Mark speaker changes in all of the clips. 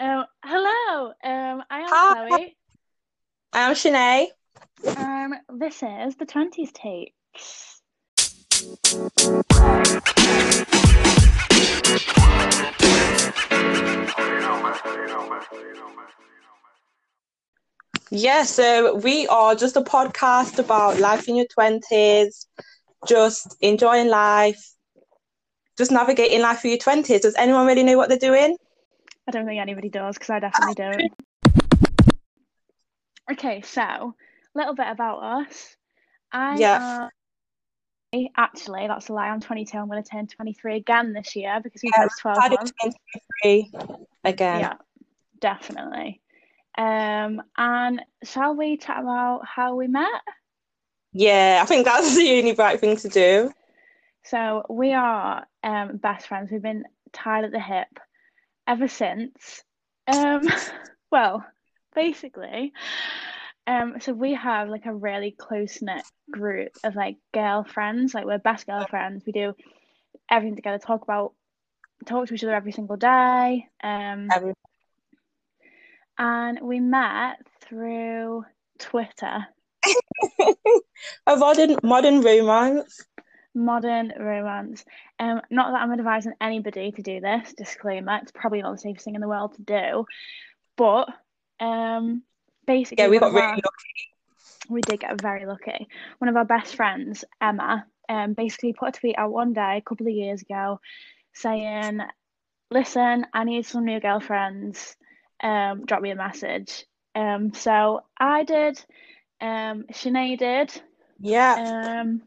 Speaker 1: Um, hello. Um, I am
Speaker 2: Hi.
Speaker 1: Chloe.
Speaker 2: I'm Shanae.
Speaker 1: Um, this is the twenties take.
Speaker 2: Yeah, so we are just a podcast about life in your 20s, just enjoying life, just navigating life through your 20s. Does anyone really know what they're doing?
Speaker 1: I don't think anybody does because I definitely don't. Okay, so a little bit about us. I
Speaker 2: Yeah.
Speaker 1: am- actually that's a lie. I'm 22. I'm going to turn 23 again this year because we
Speaker 2: Yeah,
Speaker 1: missed 12
Speaker 2: How did
Speaker 1: months.
Speaker 2: 23 again?
Speaker 1: Uh-huh. Yeah, definitely. Um, and shall we chat about how we met?
Speaker 2: Yeah, I think that's the only right thing to do.
Speaker 1: So we are um, best friends. We've been tied at the hip ever since. Um, well, basically, um, so we have like a really close knit group of like girlfriends. Like we're best girlfriends. We do everything together. Talk about talk to each other every single day. Um,
Speaker 2: Every-
Speaker 1: and we met through Twitter,
Speaker 2: A modern, modern romance.
Speaker 1: modern romance. Um, not that I'm advising anybody to do this. Disclaimer: It's probably not the safest thing in the world to do, but um, basically,
Speaker 2: Yeah, we
Speaker 1: one of
Speaker 2: got really
Speaker 1: our-
Speaker 2: lucky.
Speaker 1: we did get very lucky. One of our best friends, Emma, um, basically put a tweet out one day a couple of years ago saying, Listen, I need some new girlfriends. Um, drop me a message. Um, so I did, um, Sinead did,
Speaker 2: Yeah,
Speaker 1: um,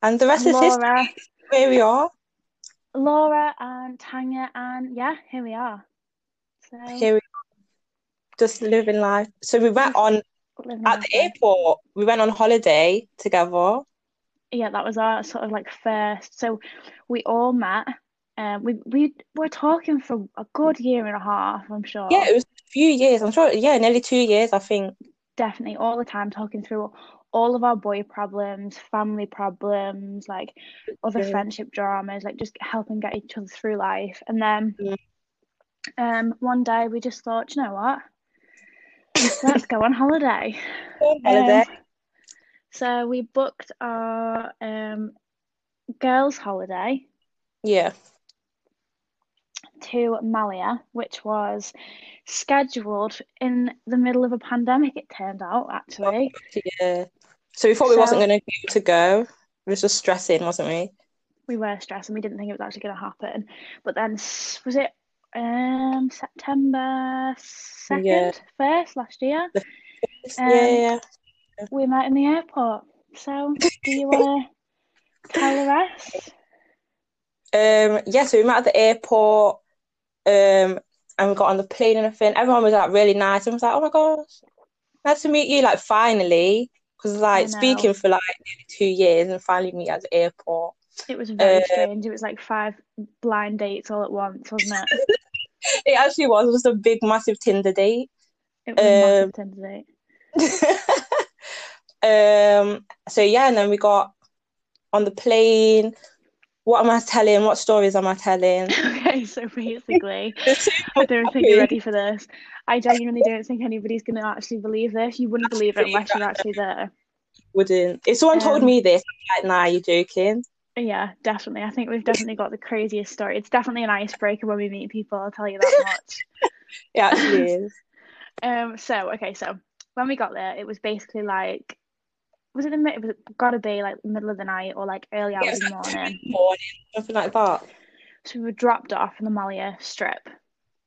Speaker 2: and the rest is history.
Speaker 1: Laura,
Speaker 2: Here we are.
Speaker 1: Laura and Tanya, and yeah, here we are. So
Speaker 2: Here we are. Just living life. So we went on
Speaker 1: living
Speaker 2: at
Speaker 1: our
Speaker 2: the
Speaker 1: life.
Speaker 2: airport. We went on holiday together.
Speaker 1: yeah, that was our sort of like first. So we all met. Um, we we were talking for a good year and a half, I'm sure.
Speaker 2: Yeah, it was a few years. I'm sure. Yeah, nearly two years, I think.
Speaker 1: Definitely all the time talking through all of our boy problems, family problems, like other
Speaker 2: Yeah.
Speaker 1: friendship dramas, like just helping get each other through life. And then
Speaker 2: Yeah.
Speaker 1: um one day we just thought, "Do you know what? Let's go on holiday.
Speaker 2: Holiday.
Speaker 1: Um, so we booked our um girls' holiday.
Speaker 2: Yeah.
Speaker 1: to Malia, which was scheduled in the middle of a pandemic, it turned out, actually.
Speaker 2: Yeah. So we thought we wasn't
Speaker 1: So-
Speaker 2: going to be able to go. We was just stressing, wasn't we?
Speaker 1: We were stressed and we didn't think it was actually going to happen. But then, s- was it um, September 2nd,
Speaker 2: Yeah.
Speaker 1: 1st last year? Um,
Speaker 2: yeah, yeah.
Speaker 1: We met in the airport. So, do you want to tell the rest?
Speaker 2: Um, yeah, so we met at the airport, um, and we got on the plane and everything. Everyone was like really nice and was like, "Oh my gosh, nice to meet you!" Like finally, because like
Speaker 1: know.
Speaker 2: speaking for like nearly two years and finally meet at the airport.
Speaker 1: It was very
Speaker 2: Uh,
Speaker 1: strange. It was like five blind dates all at once, wasn't it?
Speaker 2: It actually was just a big, massive Tinder date.
Speaker 1: It was a massive
Speaker 2: Um,
Speaker 1: Tinder date.
Speaker 2: um, so yeah, and then we got on the plane. What am I telling? What stories am I telling?
Speaker 1: Okay, so basically,
Speaker 2: There's so
Speaker 1: I
Speaker 2: much
Speaker 1: don't think you're ready
Speaker 2: happening.
Speaker 1: for this. I genuinely don't think anybody's going to actually believe this. You wouldn't believe it unless you're actually there.
Speaker 2: Wouldn't. If someone told
Speaker 1: Um,
Speaker 2: me this, I'd be like, nah, you're joking.
Speaker 1: Yeah, definitely. I think we've definitely got the craziest story. It's definitely an icebreaker when we meet people, I'll tell you that much.
Speaker 2: It actually is.
Speaker 1: Um, so okay, so when we got there, it was basically like, was it the mi- it was gotta be like middle of the night or like early
Speaker 2: Yeah,
Speaker 1: hours
Speaker 2: it was
Speaker 1: of the
Speaker 2: like two
Speaker 1: morning.
Speaker 2: in the morning, something like that.
Speaker 1: So we were dropped off in the Malia Strip.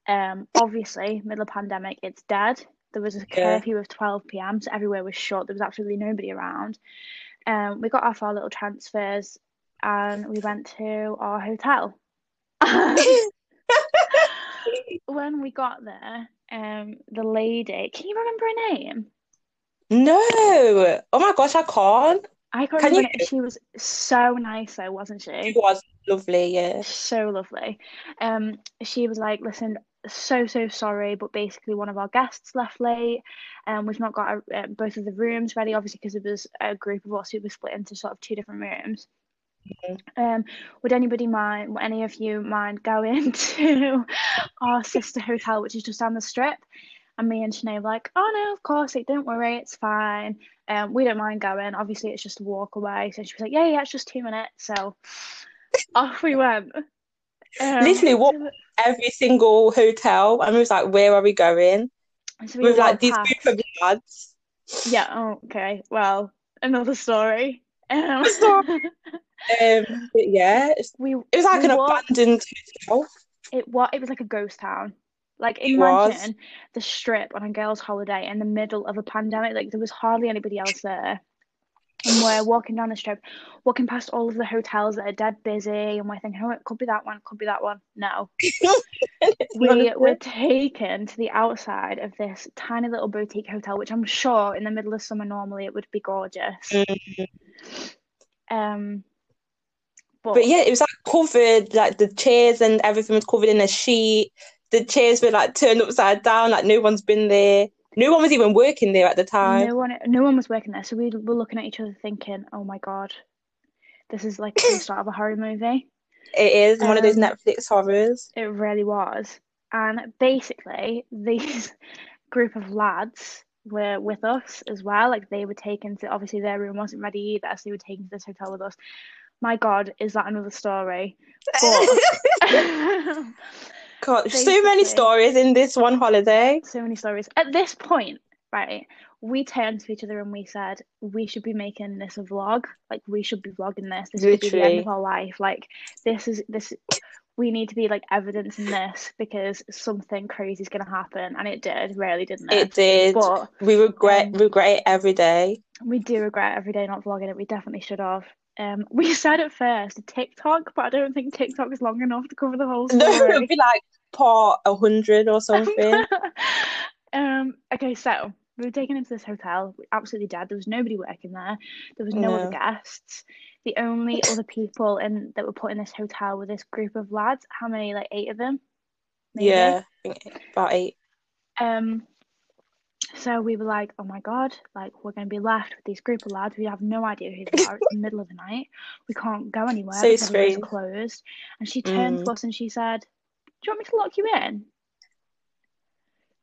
Speaker 1: Um, obviously, middle of pandemic, it's dead. There was a
Speaker 2: Yeah.
Speaker 1: curfew of 12 p.m., so everywhere was shut. There was absolutely nobody around. Um, we got off our little transfers and we went to our hotel. when we got there, um, the lady, can you remember her name?
Speaker 2: No. Oh my gosh, I can't.
Speaker 1: I can't
Speaker 2: Can
Speaker 1: remember. her name. She was so nice, though, wasn't
Speaker 2: It
Speaker 1: she?
Speaker 2: was lovely, yeah.
Speaker 1: so lovely. Um, she was like, "Listen, so so sorry, but basically one of our guests left late, and we've not got our, uh, both of the rooms ready, obviously because it was a group of us who were split into sort of two different rooms. Um, would anybody mind, would any of you mind going to our sister hotel, which is just down the strip? And me and Sinead were like, oh no, of course, like, don't worry, it's fine. Um, we don't mind going. Obviously, it's just a walk away. So she was like, yeah, yeah, it's just two minutes. So off we went. Um,
Speaker 2: Literally walked Every single hotel, and we was like, where are we going?
Speaker 1: so we
Speaker 2: With like
Speaker 1: walked
Speaker 2: these
Speaker 1: past-
Speaker 2: group of lads.
Speaker 1: Yeah, oh, okay. Well, another story. Um,
Speaker 2: Sorry. Um, but yeah, it's-
Speaker 1: we
Speaker 2: it was like
Speaker 1: we
Speaker 2: an
Speaker 1: walked-
Speaker 2: abandoned hotel.
Speaker 1: it what it was like a ghost town. Like
Speaker 2: It was.
Speaker 1: imagine the strip on a girls' holiday in the middle of a pandemic. Like there was hardly anybody else there. And we're walking down the strip, walking past all of the hotels that are dead busy, and we're thinking, oh, it could be that one, could be that one. No. we were taken to the outside of this tiny little boutique hotel, which I'm sure in the middle of summer normally it would be gorgeous. Um
Speaker 2: Mm-hmm. But yeah, it was like covered, like the chairs and everything was covered in a sheet. The chairs were like turned upside down, like no one's been there. No one was even working there at the time.
Speaker 1: No one, no one was working there, so we were looking at each other, thinking, "Oh my god, this is like the start of a horror movie."
Speaker 2: It is one of those
Speaker 1: Um,
Speaker 2: Netflix horrors.
Speaker 1: It really was. And basically, these group of lads were with us as well. Like they were taken to, obviously their room wasn't ready either, so they were taken to this hotel with us. My god, is that another story? But-
Speaker 2: God, so many
Speaker 1: basically- stories
Speaker 2: stories in this one holiday.
Speaker 1: so many stories. At this point, right, we turned to each other and we said, we should be making this a vlog. Like we should be vlogging this. This could be the end
Speaker 2: Literally.
Speaker 1: of our life. Like this is this we need to be like evidencing this because something crazy is gonna happen. And it did, really, didn't
Speaker 2: It
Speaker 1: it?
Speaker 2: did.
Speaker 1: But
Speaker 2: we regret
Speaker 1: um,
Speaker 2: regret it every day.
Speaker 1: we do regret every day not vlogging it. We definitely should have. Um, we said at first TikTok, but I don't think TikTok is long enough to cover the whole story.
Speaker 2: No, it would be like part hundred or something.
Speaker 1: um, okay, so we were taken into this hotel, we- absolutely dead. There was nobody working there. There was no, other
Speaker 2: No.
Speaker 1: guests. The only other people in that were put in this hotel were this group of lads. How many? Like eight of them. maybe?
Speaker 2: yeah, I think about eight.
Speaker 1: Um. So we were like, oh my god, like we're gonna be left with these group of lads. We have no idea who they are. It's the middle of the night. We can't go anywhere.
Speaker 2: So
Speaker 1: because everywhere's
Speaker 2: strange. Mm.
Speaker 1: closed. And she turned to us and she said, "Do you want me to lock you in?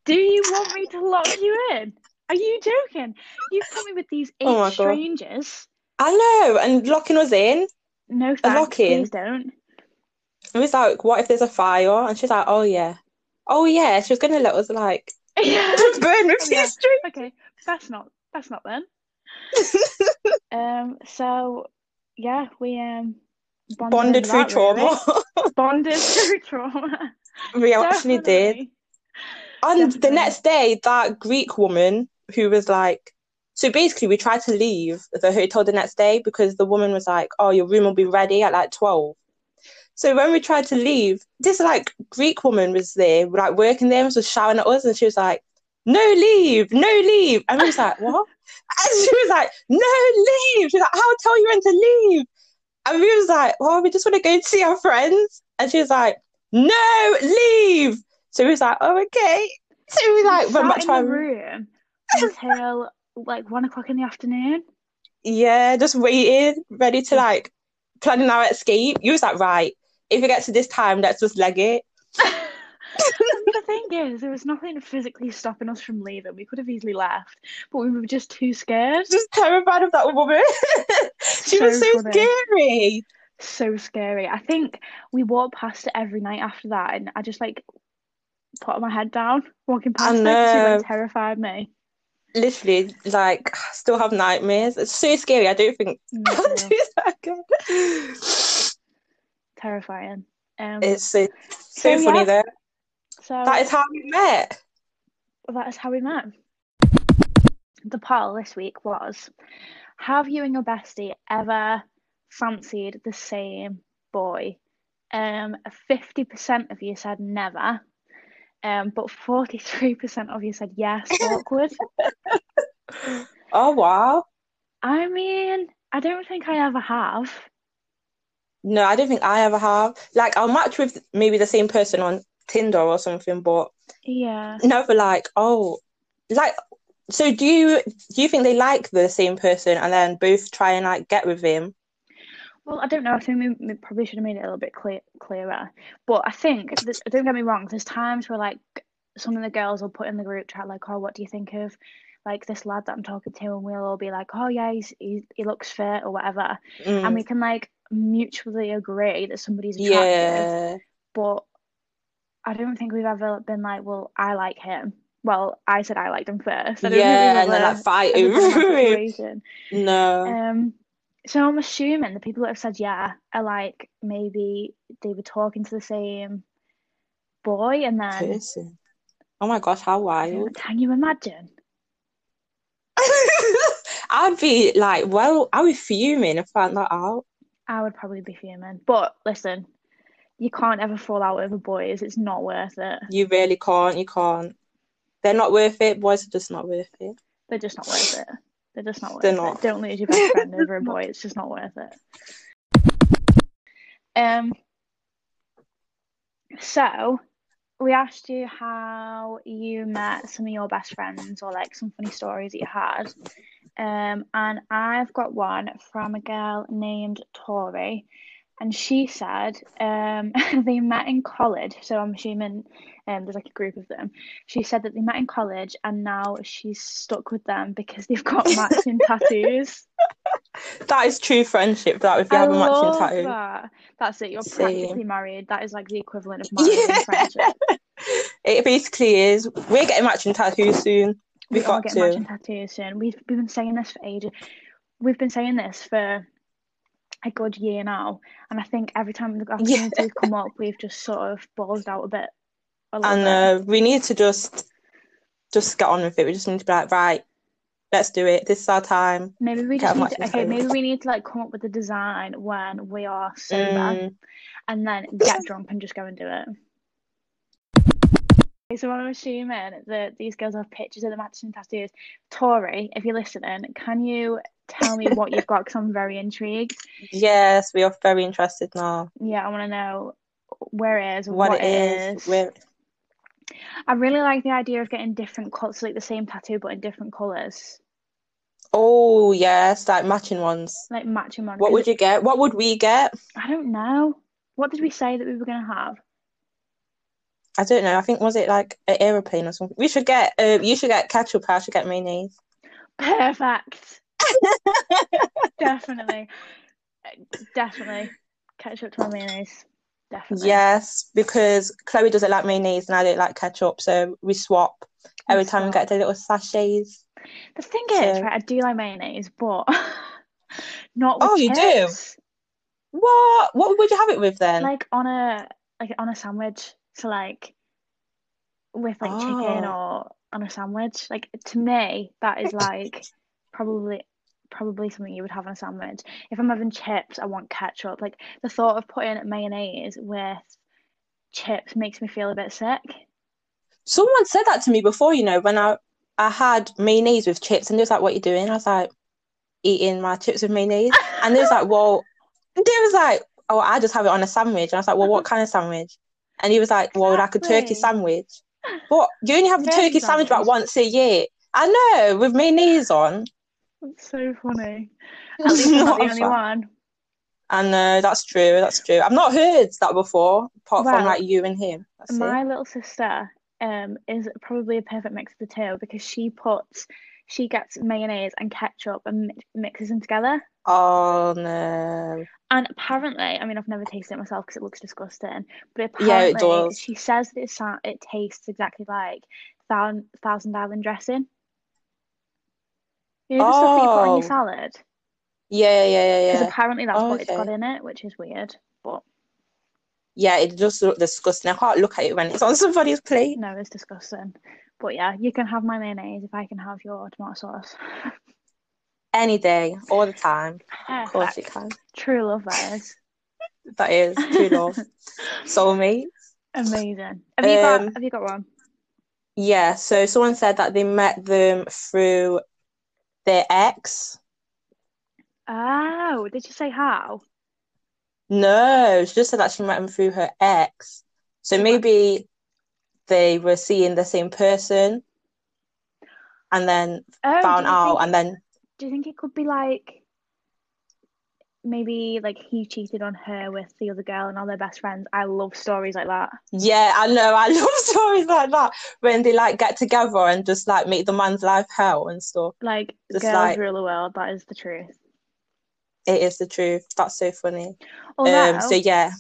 Speaker 1: Do you want me to lock you in? Are you joking? You put me with these eight
Speaker 2: Oh my God.
Speaker 1: strangers.
Speaker 2: I know, and locking us in.
Speaker 1: No thanks.
Speaker 2: lock-in?
Speaker 1: Please don't.
Speaker 2: It was like, what if there's a fire? And she's like, oh yeah, oh yeah. She was gonna let us like
Speaker 1: yeah.
Speaker 2: burn with
Speaker 1: Yeah.
Speaker 2: history.
Speaker 1: Okay, that's not that's not then. Um. So, yeah, we um bonded,
Speaker 2: Bonded
Speaker 1: over
Speaker 2: through
Speaker 1: that, really.
Speaker 2: trauma.
Speaker 1: Bonded through trauma.
Speaker 2: we actually did.
Speaker 1: Definitely.
Speaker 2: And the
Speaker 1: Definitely.
Speaker 2: next day, that Greek woman who was like, so basically, we tried to leave the hotel the next day because the woman was like, oh, your room will be ready at like 12. So when we tried to leave, this like Greek woman was there, like working there, and was shouting at us, and she was like, no leave, no leave. And we was like, what? And she was like, no leave. She was like, I'll tell you when to leave. And we was like, well, we just want to go see our friends. And she was like, no, leave. So we was like, oh, okay. So we like um, went back
Speaker 1: Sat
Speaker 2: to our
Speaker 1: in the
Speaker 2: room.
Speaker 1: room until like one o'clock in the afternoon.
Speaker 2: Yeah, just waiting, ready to like planning our escape. You was like, right, if it gets to this time, let's just leg it.
Speaker 1: And the thing is, there was nothing physically stopping us from leaving. We could have easily left, but we were just too scared.
Speaker 2: Just terrified of that woman. she was
Speaker 1: So
Speaker 2: so
Speaker 1: funny.
Speaker 2: scary.
Speaker 1: So scary. I think we walked past it every night after that, and I just like put my head down walking past it. 'cause She
Speaker 2: know.
Speaker 1: went terrified me.
Speaker 2: Literally, like, still have nightmares. It's so scary. I don't think
Speaker 1: Me
Speaker 2: I will
Speaker 1: too.
Speaker 2: do that again.
Speaker 1: Terrifying. Um,
Speaker 2: It's so, so
Speaker 1: So,
Speaker 2: funny
Speaker 1: yeah.
Speaker 2: though.
Speaker 1: so
Speaker 2: That is how we met.
Speaker 1: that is how we met. The poll this week was Have you and your bestie ever fancied the same boy? Um, 50% of you said never, um, but 43% of you said yes, awkward.
Speaker 2: Oh wow.
Speaker 1: I mean, I don't think I ever have.
Speaker 2: No, I don't think I ever have. Like I'll match with maybe the same person on Tinder or something, but
Speaker 1: Yeah.
Speaker 2: never like, oh like so do you do you think they like the same person and then both try and like get with him?
Speaker 1: Well, I don't know. I think we, we probably should have made it a little bit clear, clearer. But I think, that- don't get me wrong, there's times where like some of the girls will put in the group chat like, "Oh, what do you think of like this lad that I'm talking to?" And we'll all be like, "Oh yeah, he's, he he looks fit or whatever,"
Speaker 2: Mm.
Speaker 1: and we can like mutually agree that somebody's attractive.
Speaker 2: yeah.
Speaker 1: But I don't think we've ever been like, "Well, I like him." Well, I said I liked him first. I don't think we've
Speaker 2: Yeah, and then
Speaker 1: ever-
Speaker 2: like fight
Speaker 1: ever been in that
Speaker 2: over it.
Speaker 1: situation.
Speaker 2: No.
Speaker 1: Um, so I'm assuming the people that have said yeah are like maybe they were talking to the same boy, and then
Speaker 2: Person. Oh my gosh, how wild.
Speaker 1: can you imagine?
Speaker 2: I'd be like, well, I was fuming if I found that out.
Speaker 1: I would probably be fuming. But listen, you can't ever fall out over boys. It's not worth it.
Speaker 2: You really can't, you can't. They're not worth it. Boys are just not worth it.
Speaker 1: They're just not worth it. They're just not worth
Speaker 2: They're
Speaker 1: it.
Speaker 2: not.
Speaker 1: Don't lose your best friend over a boy. It's just not worth it. Um. So, we asked you how you met some of your best friends or like some funny stories that you had. Um, and I've got one from a girl named Tori, and she said um, they met in college. So I'm assuming um, there's like a group of them. She said that they met in college, and now she's stuck with them because they've got matching tattoos.
Speaker 2: That is true friendship, that if you
Speaker 1: I
Speaker 2: have a
Speaker 1: love
Speaker 2: matching tattoo.
Speaker 1: that. That's it. You're
Speaker 2: Same.
Speaker 1: practically married. That is like the equivalent of marriage
Speaker 2: Yeah.
Speaker 1: and friendship.
Speaker 2: It basically is. We're getting matching tattoos soon.
Speaker 1: We
Speaker 2: We've
Speaker 1: all
Speaker 2: got
Speaker 1: get
Speaker 2: to.
Speaker 1: matching tattoos soon. We've we've been saying this for ages. We've been saying this for a good year now, and I think every time the opportunity's come up, we've just sort of ballsed out a bit. A little
Speaker 2: and
Speaker 1: bit.
Speaker 2: uh, we need to just just get on with it. We just need to be like, right, let's do it. This is our time.
Speaker 1: Maybe we
Speaker 2: Get
Speaker 1: just
Speaker 2: a
Speaker 1: need to,
Speaker 2: matching
Speaker 1: okay,
Speaker 2: tattoo.
Speaker 1: maybe we need to like come up with a design when we are sober
Speaker 2: Mm,
Speaker 1: and then get drunk and just go and do it. Okay, So I'm assuming that these girls have pictures of the matching tattoos. Tori, if you're listening, can you tell me what you've got? Because I'm very intrigued.
Speaker 2: yes, we are very interested now.
Speaker 1: Yeah, I want to know where it is,
Speaker 2: What,
Speaker 1: it is.
Speaker 2: where
Speaker 1: I really like the idea of getting different colours, like the same tattoo but in different colours,
Speaker 2: Oh yes, like matching ones.
Speaker 1: like matching one.
Speaker 2: What
Speaker 1: 'cause
Speaker 2: would you get? What would we get?
Speaker 1: I don't know. What did we say that we were gonna have?
Speaker 2: I don't know. I think was it like an aeroplane or something. We should get. Uh, you should get ketchup. I should get mayonnaise.
Speaker 1: Perfect. Definitely. Definitely. Ketchup to my mayonnaise. Definitely.
Speaker 2: Yes, because Chloe doesn't like mayonnaise and I don't like ketchup, so we swap
Speaker 1: We
Speaker 2: every time we
Speaker 1: swap.
Speaker 2: get the little sachets.
Speaker 1: The thing is,
Speaker 2: So-
Speaker 1: right, I do like mayonnaise, but not with
Speaker 2: Oh, you do?
Speaker 1: chips.
Speaker 2: What? What would you have it with then?
Speaker 1: Like on a like on a sandwich. So like with like chicken or on a sandwich. Like to me, that is like probably probably something you would have on a sandwich. If I'm having chips, I want ketchup. Like the thought of putting mayonnaise with chips makes me feel a bit sick.
Speaker 2: Someone said that to me before, you know, when I I had mayonnaise with chips, and they was like, "What you doing?" I was like, "Eating my chips with mayonnaise," and they was like, "Well," they was like, "Oh, I just have it on a sandwich," and I was like, "Well, what kind of sandwich?" And he was like, "Well, like a turkey
Speaker 1: Exactly.
Speaker 2: sandwich." But you only have a
Speaker 1: Turkey
Speaker 2: turkey sandwich about
Speaker 1: sandwich.
Speaker 2: once a year. I know, with mayonnaise on.
Speaker 1: That's so funny. At least I'm not
Speaker 2: Not
Speaker 1: the
Speaker 2: a
Speaker 1: only
Speaker 2: fan.
Speaker 1: one.
Speaker 2: I know that's true. That's true. I've not heard that before, apart
Speaker 1: Well,
Speaker 2: from like you and him. That's it.
Speaker 1: My little sister um is probably a perfect mix of the two because she puts she gets mayonnaise and ketchup and mi- mixes them together.
Speaker 2: Oh no.
Speaker 1: And apparently, I mean, I've never tasted it myself because it looks disgusting. But
Speaker 2: Yeah, it
Speaker 1: apparently,
Speaker 2: does.
Speaker 1: she says that it, sa- it tastes exactly like Thousand, Thousand Island dressing. You know the stuff that you put on
Speaker 2: Oh.
Speaker 1: your salad?
Speaker 2: Yeah, yeah, yeah,
Speaker 1: Because
Speaker 2: yeah.
Speaker 1: apparently that's what it's
Speaker 2: Okay.
Speaker 1: got in it, which is weird. But
Speaker 2: Yeah, it just looked disgusting. I can't look at it when it's on somebody's plate.
Speaker 1: no, it's disgusting. But yeah, you can have my mayonnaise if I can have your tomato sauce.
Speaker 2: Any day, all the time. Of course you
Speaker 1: Perfect.
Speaker 2: can.
Speaker 1: True love, that is.
Speaker 2: That is true love. Soulmate.
Speaker 1: Amazing. Have you got
Speaker 2: Um,
Speaker 1: have you got one?
Speaker 2: Yeah, so someone said that they met them through their ex.
Speaker 1: Oh, did you say how?
Speaker 2: No, she just said that she met them through her ex. So maybe they were seeing the same person and then
Speaker 1: Oh, do
Speaker 2: found
Speaker 1: Oh, you
Speaker 2: out
Speaker 1: think-
Speaker 2: and then
Speaker 1: do you think it could be like maybe like he cheated on her with the other girl and all their best friends. I love stories like that.
Speaker 2: Yeah, I know. I love stories like that when they like get together and just like make the man's life hell and stuff.
Speaker 1: Like
Speaker 2: Just
Speaker 1: girls
Speaker 2: like-
Speaker 1: rule the world. That is the truth.
Speaker 2: It is the truth. That's so funny.
Speaker 1: Although
Speaker 2: um, so yeah,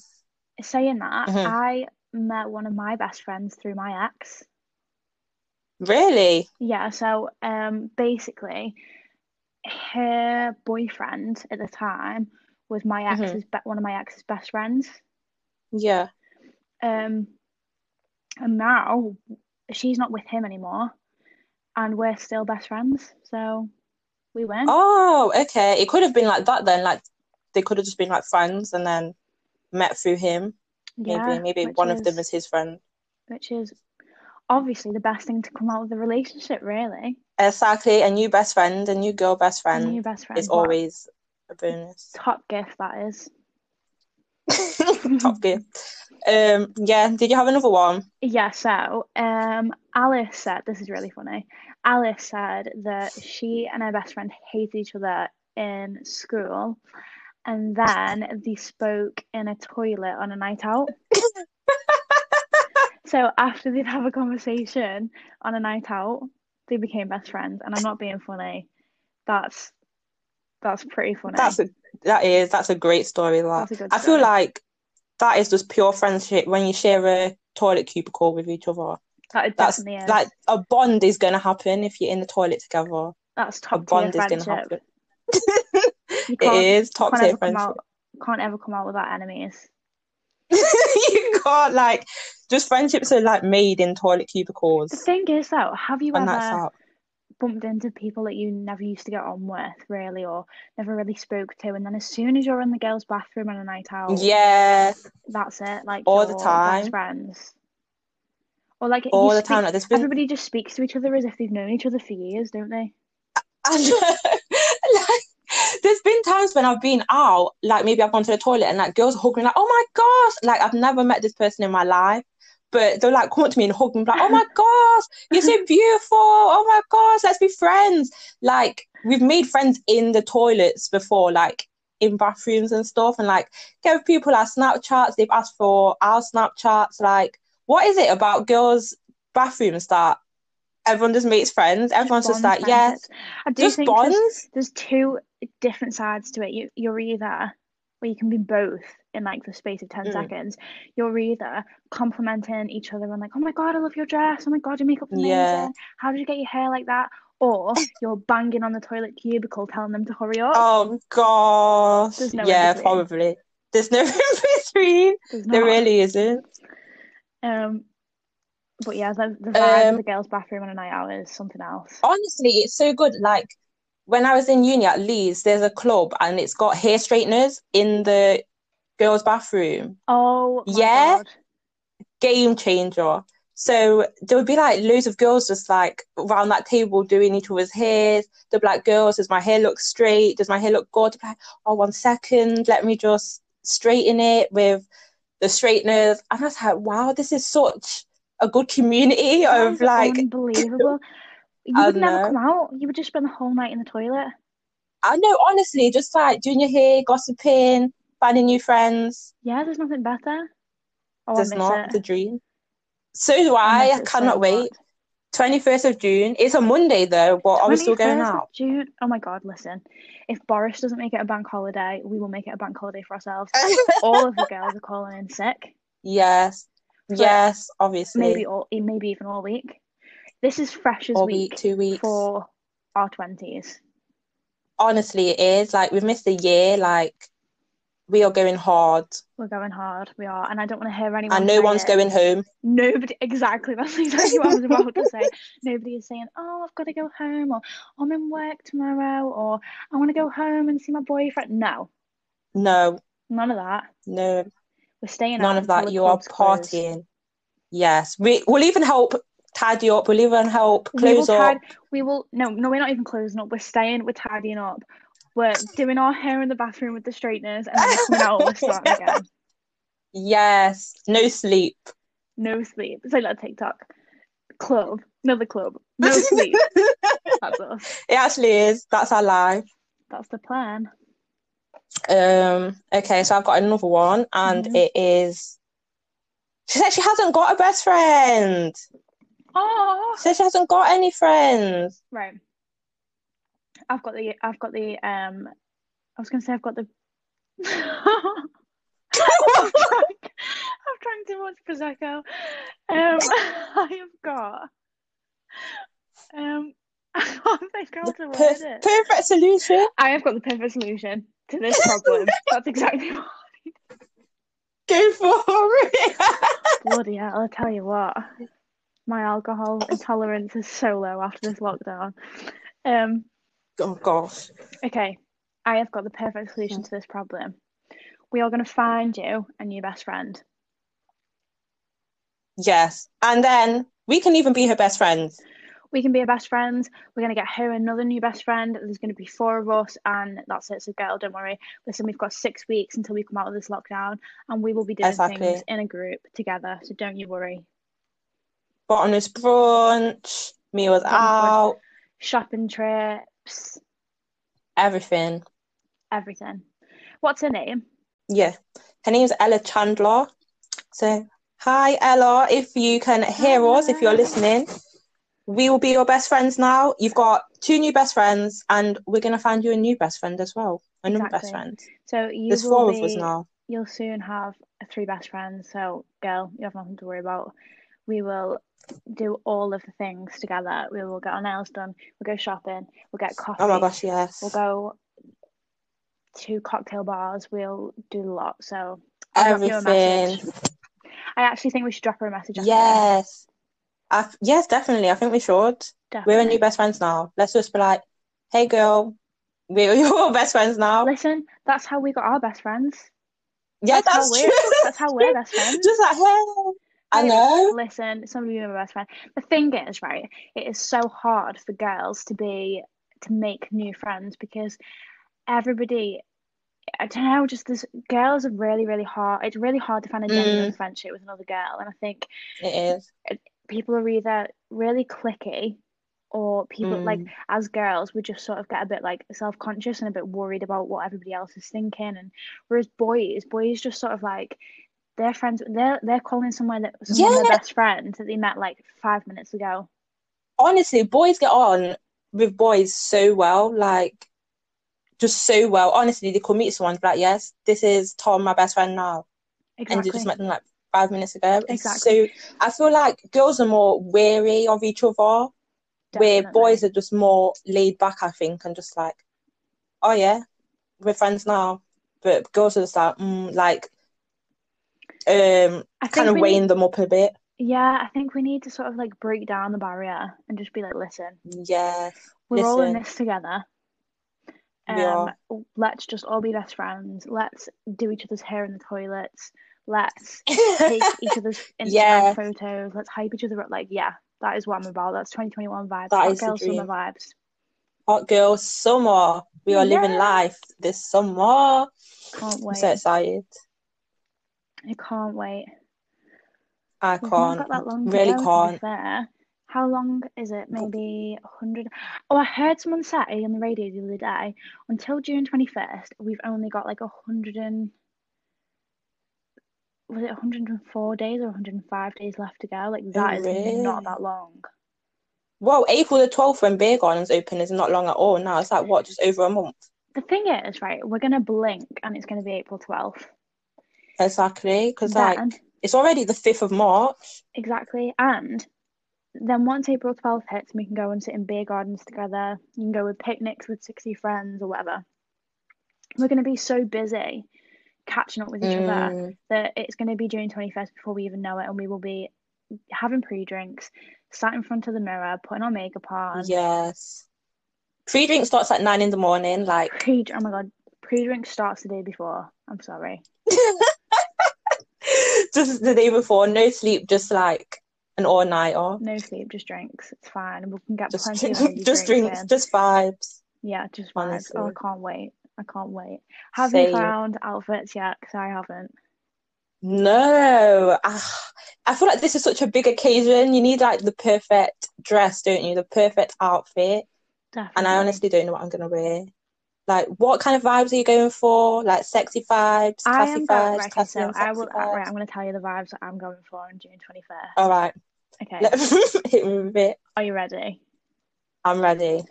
Speaker 1: saying that,
Speaker 2: Mhm.
Speaker 1: I met one of my best friends through my ex.
Speaker 2: really,
Speaker 1: Yeah, so um basically her boyfriend at the time was my
Speaker 2: Mhm.
Speaker 1: ex's be- one of my ex's best friends.
Speaker 2: yeah.
Speaker 1: Um and now she's not with him anymore and we're still best friends. So we went.
Speaker 2: Oh, okay. It could have been like that then. Like they could have just been like friends and then met through him. Maybe,
Speaker 1: yeah,
Speaker 2: maybe
Speaker 1: which
Speaker 2: one of them
Speaker 1: is
Speaker 2: is his friend.
Speaker 1: which is obviously the best thing to come out of the relationship, really.
Speaker 2: Exactly. A new best friend, a new girl best
Speaker 1: A
Speaker 2: friend
Speaker 1: new best friend.
Speaker 2: is
Speaker 1: what a
Speaker 2: always a bonus.
Speaker 1: top gift that is.
Speaker 2: Top gear. Um, yeah. Did you have another one?
Speaker 1: Yeah, so um, Alice said, this is really funny. Alice said that she and her best friend hated each other in school and then they spoke in a toilet on a night out. so after they'd have a conversation on a night out, they became best friends. And I'm not being funny. That's that's pretty funny.
Speaker 2: That's a that is that's a great story. That
Speaker 1: That's a good
Speaker 2: I feel
Speaker 1: story.
Speaker 2: like that is just pure friendship when you share a toilet cubicle with each other.
Speaker 1: That it
Speaker 2: That's
Speaker 1: definitely is.
Speaker 2: like a bond is going to happen if you're in the toilet together.
Speaker 1: that's
Speaker 2: A
Speaker 1: top tier
Speaker 2: bond is going to
Speaker 1: friendship.
Speaker 2: happen.
Speaker 1: You
Speaker 2: It
Speaker 1: can't,
Speaker 2: is top
Speaker 1: can't
Speaker 2: tier
Speaker 1: ever come
Speaker 2: friendship.
Speaker 1: out can't ever come out without enemies.
Speaker 2: you can't like just friendships are like made in toilet
Speaker 1: The
Speaker 2: cubicles
Speaker 1: thing is, though, have you
Speaker 2: on
Speaker 1: ever
Speaker 2: nights out.
Speaker 1: bumped into people that you never used to get on with, really, or never really spoke to, and then as soon as you're in the girls' bathroom on a night out,
Speaker 2: Yeah,
Speaker 1: that's it, like
Speaker 2: all the
Speaker 1: you're
Speaker 2: time.
Speaker 1: best friends, or like you
Speaker 2: all the
Speaker 1: speak-
Speaker 2: time. Like there's been
Speaker 1: Everybody just speaks to each other as if they've known each other for years, don't they?
Speaker 2: And like, there's been times when I've been out, like maybe I've gone to the toilet and like girls hug me like, oh my gosh, like I've never met this person in my life. But they'll like come up to me and hug me like, oh my gosh, you're so beautiful. Oh my gosh, let's be friends. Like we've made friends in the toilets before, like in bathrooms and stuff, and like give people our Snapchats. They've asked for our Snapchats. Like, what is it about girls' bathrooms that everyone just makes friends? Everyone's just
Speaker 1: Bonds,
Speaker 2: like, yes,
Speaker 1: friendships. I do
Speaker 2: just
Speaker 1: think there's,
Speaker 2: bonds.
Speaker 1: there's two different sides to it. You, you're either where you can be both in like the space of 10
Speaker 2: Mm.
Speaker 1: seconds. You're either complimenting each other and like, oh my God, I love your dress. Oh my God, your makeup's amazing.
Speaker 2: Yeah.
Speaker 1: How did you get your hair like that? Or you're banging on the toilet cubicle telling them to hurry up.
Speaker 2: Oh gosh.
Speaker 1: There's no in
Speaker 2: yeah,
Speaker 1: between.
Speaker 2: probably. There's no in between.
Speaker 1: There's
Speaker 2: There
Speaker 1: not.
Speaker 2: really isn't.
Speaker 1: Um, but yeah, the, the vibe
Speaker 2: Um,
Speaker 1: of the girls' bathroom on a night out is something else.
Speaker 2: Honestly, it's so good. Like when I was in uni at Leeds, there's a club and it's got hair straighteners in the girls' bathroom.
Speaker 1: Oh my
Speaker 2: Yeah.
Speaker 1: God.
Speaker 2: Game changer. So there would be like loads of girls just like around that table doing each other's hairs. They'll be like, girls, does my hair look straight? Does my hair look good? They'd be like, oh, one second, let me just straighten it with the straighteners. And I was like, wow, this is such a good community
Speaker 1: That
Speaker 2: of
Speaker 1: is
Speaker 2: like,
Speaker 1: unbelievable. You
Speaker 2: I
Speaker 1: would never
Speaker 2: know.
Speaker 1: come out. You would just spend the whole night in the toilet.
Speaker 2: I know, honestly, just like doing your hair, gossiping, finding new friends.
Speaker 1: Yeah, there's nothing better. Oh, I
Speaker 2: Does
Speaker 1: miss
Speaker 2: not
Speaker 1: it.
Speaker 2: the dream. So do
Speaker 1: I
Speaker 2: I.
Speaker 1: miss
Speaker 2: I
Speaker 1: it so
Speaker 2: cannot wait.
Speaker 1: much.
Speaker 2: 21st of June. It's a Monday though, but are we still going
Speaker 1: 21st of
Speaker 2: out?
Speaker 1: June. Oh my God, listen. If Boris doesn't make it a bank holiday, we will make it a bank holiday for ourselves. All of the girls are calling in sick.
Speaker 2: yes.
Speaker 1: But
Speaker 2: Yes, obviously.
Speaker 1: Maybe all, maybe even all week. This is freshers
Speaker 2: Or
Speaker 1: week
Speaker 2: week, two weeks.
Speaker 1: for our 20s.
Speaker 2: Honestly, it is. Like, we've missed a year. Like, we are going hard.
Speaker 1: We're going hard. We are, and I don't want to hear anyone.
Speaker 2: And no
Speaker 1: say
Speaker 2: one's
Speaker 1: it.
Speaker 2: going home.
Speaker 1: Nobody, exactly. That's exactly what I was about to say. Nobody is saying, "Oh, I've got to go home," or "I'm in work tomorrow," or "I want to go home and see my boyfriend." No,
Speaker 2: No,
Speaker 1: none of that.
Speaker 2: no,
Speaker 1: We're staying
Speaker 2: none
Speaker 1: out
Speaker 2: of
Speaker 1: until
Speaker 2: that.
Speaker 1: the
Speaker 2: You are
Speaker 1: clubs close.
Speaker 2: partying. Yes. We, we'll even help tidy up. We'll even help
Speaker 1: we will
Speaker 2: close
Speaker 1: tidy.
Speaker 2: up.
Speaker 1: We will. No, no, we're not even closing up. We're staying. We're tidying up. We're doing our hair in the bathroom with the straighteners, and then we're coming out. and We're starting again.
Speaker 2: Yes. No sleep.
Speaker 1: No sleep. It's like that TikTok club. Another club. No sleep. That's us.
Speaker 2: It actually is. That's our life.
Speaker 1: That's the plan.
Speaker 2: Um, okay, so I've got another one, and
Speaker 1: Mhm.
Speaker 2: it is. She said she hasn't got a best friend.
Speaker 1: Oh,
Speaker 2: She said she hasn't got any friends.
Speaker 1: right. I've got the I've got the um I was gonna say I've got the I've drank I've drank too much prosecco. Um I have got um I can't think how to
Speaker 2: Per-
Speaker 1: word it.
Speaker 2: perfect solution.
Speaker 1: I have got the perfect solution to this problem. That's exactly what
Speaker 2: Go for it.
Speaker 1: bloody hell, I tell you what. My alcohol intolerance is so low after this lockdown. Um
Speaker 2: oh gosh.
Speaker 1: Okay, I have got the perfect solution to this problem. We are going to find you a new best friend.
Speaker 2: Yes, and then we can even be her best friends.
Speaker 1: We can be a best friends. We're going to get her another new best friend. There's going to be four of us, and that's it. So, girl, don't worry. Listen, we've got six weeks until we come out of this lockdown, and we will be doing
Speaker 2: Exactly.
Speaker 1: things in a group together. So, don't you worry.
Speaker 2: Bottomless brunch, meals
Speaker 1: Bottomless brunch.
Speaker 2: out,
Speaker 1: Shopping trips,
Speaker 2: everything.
Speaker 1: everything. What's her name?
Speaker 2: Yeah. Her name's Ella Chandler. So, hi, Ella. If you can hear us, if you're
Speaker 1: Hi.
Speaker 2: listening, we will be your best friends now. You've got two new best friends, and we're going to find you a new best friend as well. Another
Speaker 1: Exactly.
Speaker 2: best friend.
Speaker 1: So, you
Speaker 2: There's
Speaker 1: will
Speaker 2: four
Speaker 1: be...
Speaker 2: of us now.
Speaker 1: you'll soon have three best friends. So, girl, you have nothing to worry about. We will do all of the things together. We will get our nails done. We'll go shopping. We'll get coffee.
Speaker 2: Oh my gosh, yes.
Speaker 1: We'll go to cocktail bars. We'll do a lot. So, I'll drop you a
Speaker 2: Everything.
Speaker 1: message. I actually think we should drop her a message. after this,
Speaker 2: Yes. I, yes, definitely. I think we should. We're
Speaker 1: definitely.
Speaker 2: new best friends now. Let's just be like, hey, girl, we're your best friends now.
Speaker 1: Listen, that's how we got our best friends.
Speaker 2: Yeah,
Speaker 1: that's how
Speaker 2: that's
Speaker 1: we're-
Speaker 2: true.
Speaker 1: That's how we're best friends.
Speaker 2: Just like, hey, I
Speaker 1: Hey,
Speaker 2: know.
Speaker 1: Listen, some of you are my best friend. The thing is, right, it is so hard for girls to be to make new friends because everybody I don't know, just this girls are really, really hard. It's really hard to find a genuine
Speaker 2: Mm.
Speaker 1: friendship with another girl. And I think
Speaker 2: It is.
Speaker 1: people are either really clicky or people like
Speaker 2: Mm.
Speaker 1: as girls we just sort of get a bit like self conscious and a bit worried about what everybody else is thinking and whereas boys, boys just sort of like their friends they're they're calling someone that someone
Speaker 2: Yeah.
Speaker 1: their best friend that they met like five minutes ago.
Speaker 2: honestly, boys get on with boys so well, like just so well. Honestly, they could meet someone and be like, yes, this is Tom, my best friend now, and they
Speaker 1: Exactly.
Speaker 2: just met them like five minutes ago. It's
Speaker 1: Exactly.
Speaker 2: So I feel like girls are more wary of each other, where
Speaker 1: Definitely.
Speaker 2: boys are just more laid back, I think, and just like, oh yeah, we're friends now. But girls are just like, mm, like, um,
Speaker 1: I think
Speaker 2: kind of
Speaker 1: we
Speaker 2: weighing them up a bit.
Speaker 1: need, yeah, I think we need to sort of like break down the barrier and just be like, listen,
Speaker 2: Yes,
Speaker 1: we're all in
Speaker 2: Listen.
Speaker 1: this together.
Speaker 2: we
Speaker 1: Um,
Speaker 2: are.
Speaker 1: let's just all be best friends. Let's do each other's hair in the toilets. Let's take each other's Instagram
Speaker 2: Yes.
Speaker 1: photos. Let's hype each other up. Like, yeah, that is what I'm about. That's 2021 vibes.
Speaker 2: That
Speaker 1: Hot
Speaker 2: is the
Speaker 1: girl summer
Speaker 2: dream.
Speaker 1: vibes.
Speaker 2: Hot girl summer. We are living
Speaker 1: Yes.
Speaker 2: life this summer.
Speaker 1: Can't
Speaker 2: I'm
Speaker 1: wait.
Speaker 2: so excited.
Speaker 1: I can't wait.
Speaker 2: I
Speaker 1: We've not got
Speaker 2: can't.
Speaker 1: that long to
Speaker 2: Really
Speaker 1: go, To be
Speaker 2: can't.
Speaker 1: fair. How long is it? Maybe 100. Oh, I heard someone say on the radio the other day until June 21st, we've only got like 100 and. Was it 104 days or 105 days left to go? Like, that is
Speaker 2: Oh, really?
Speaker 1: not that long.
Speaker 2: Well, April the 12th when Beer Gardens open is not long at all now. It's like, what, just over a month?
Speaker 1: The thing is, right, we're going to blink and it's going to be April 12th.
Speaker 2: Exactly. Because, like,
Speaker 1: Then,
Speaker 2: it's already the 5th of March.
Speaker 1: exactly. And then once April 12th hits, we can go and sit in beer gardens together. You can go with picnics with 60 friends or whatever. We're going to be so busy catching up with each other
Speaker 2: Mm,
Speaker 1: that it's going to be June 21st before we even know it. And we will be having pre drinks, sat in front of the mirror, putting our makeup on.
Speaker 2: yes. Pre drink starts at 9 in the morning. Like,
Speaker 1: Pre oh my God, pre drink starts the day before. I'm sorry.
Speaker 2: just the day before. No sleep, just like an all nighter.
Speaker 1: No sleep, just drinks. It's fine. We can get
Speaker 2: Just,
Speaker 1: plenty of energy
Speaker 2: just drinks,
Speaker 1: in.
Speaker 2: just vibes.
Speaker 1: Yeah, just vibes. Oh,
Speaker 2: Honestly.
Speaker 1: I can't wait. I can't wait. Have you
Speaker 2: Same.
Speaker 1: found outfits yet? Because I haven't.
Speaker 2: No, ah, I feel like this is such a big occasion. You need like the perfect dress, don't you? The perfect outfit.
Speaker 1: Definitely. Mm-hmm.
Speaker 2: And I honestly don't know what I'm gonna wear. Like, what kind of vibes are you going for? Like, sexy vibes,
Speaker 1: I
Speaker 2: classy
Speaker 1: am going.
Speaker 2: vibes,
Speaker 1: Right, okay,
Speaker 2: classy
Speaker 1: so
Speaker 2: and
Speaker 1: I
Speaker 2: sexy
Speaker 1: will. uh,
Speaker 2: vibes.
Speaker 1: Right, I'm going to tell you the vibes that I'm going for on June 21st.
Speaker 2: All right,
Speaker 1: Okay,
Speaker 2: let hit me with it.
Speaker 1: are you ready?
Speaker 2: I'm ready.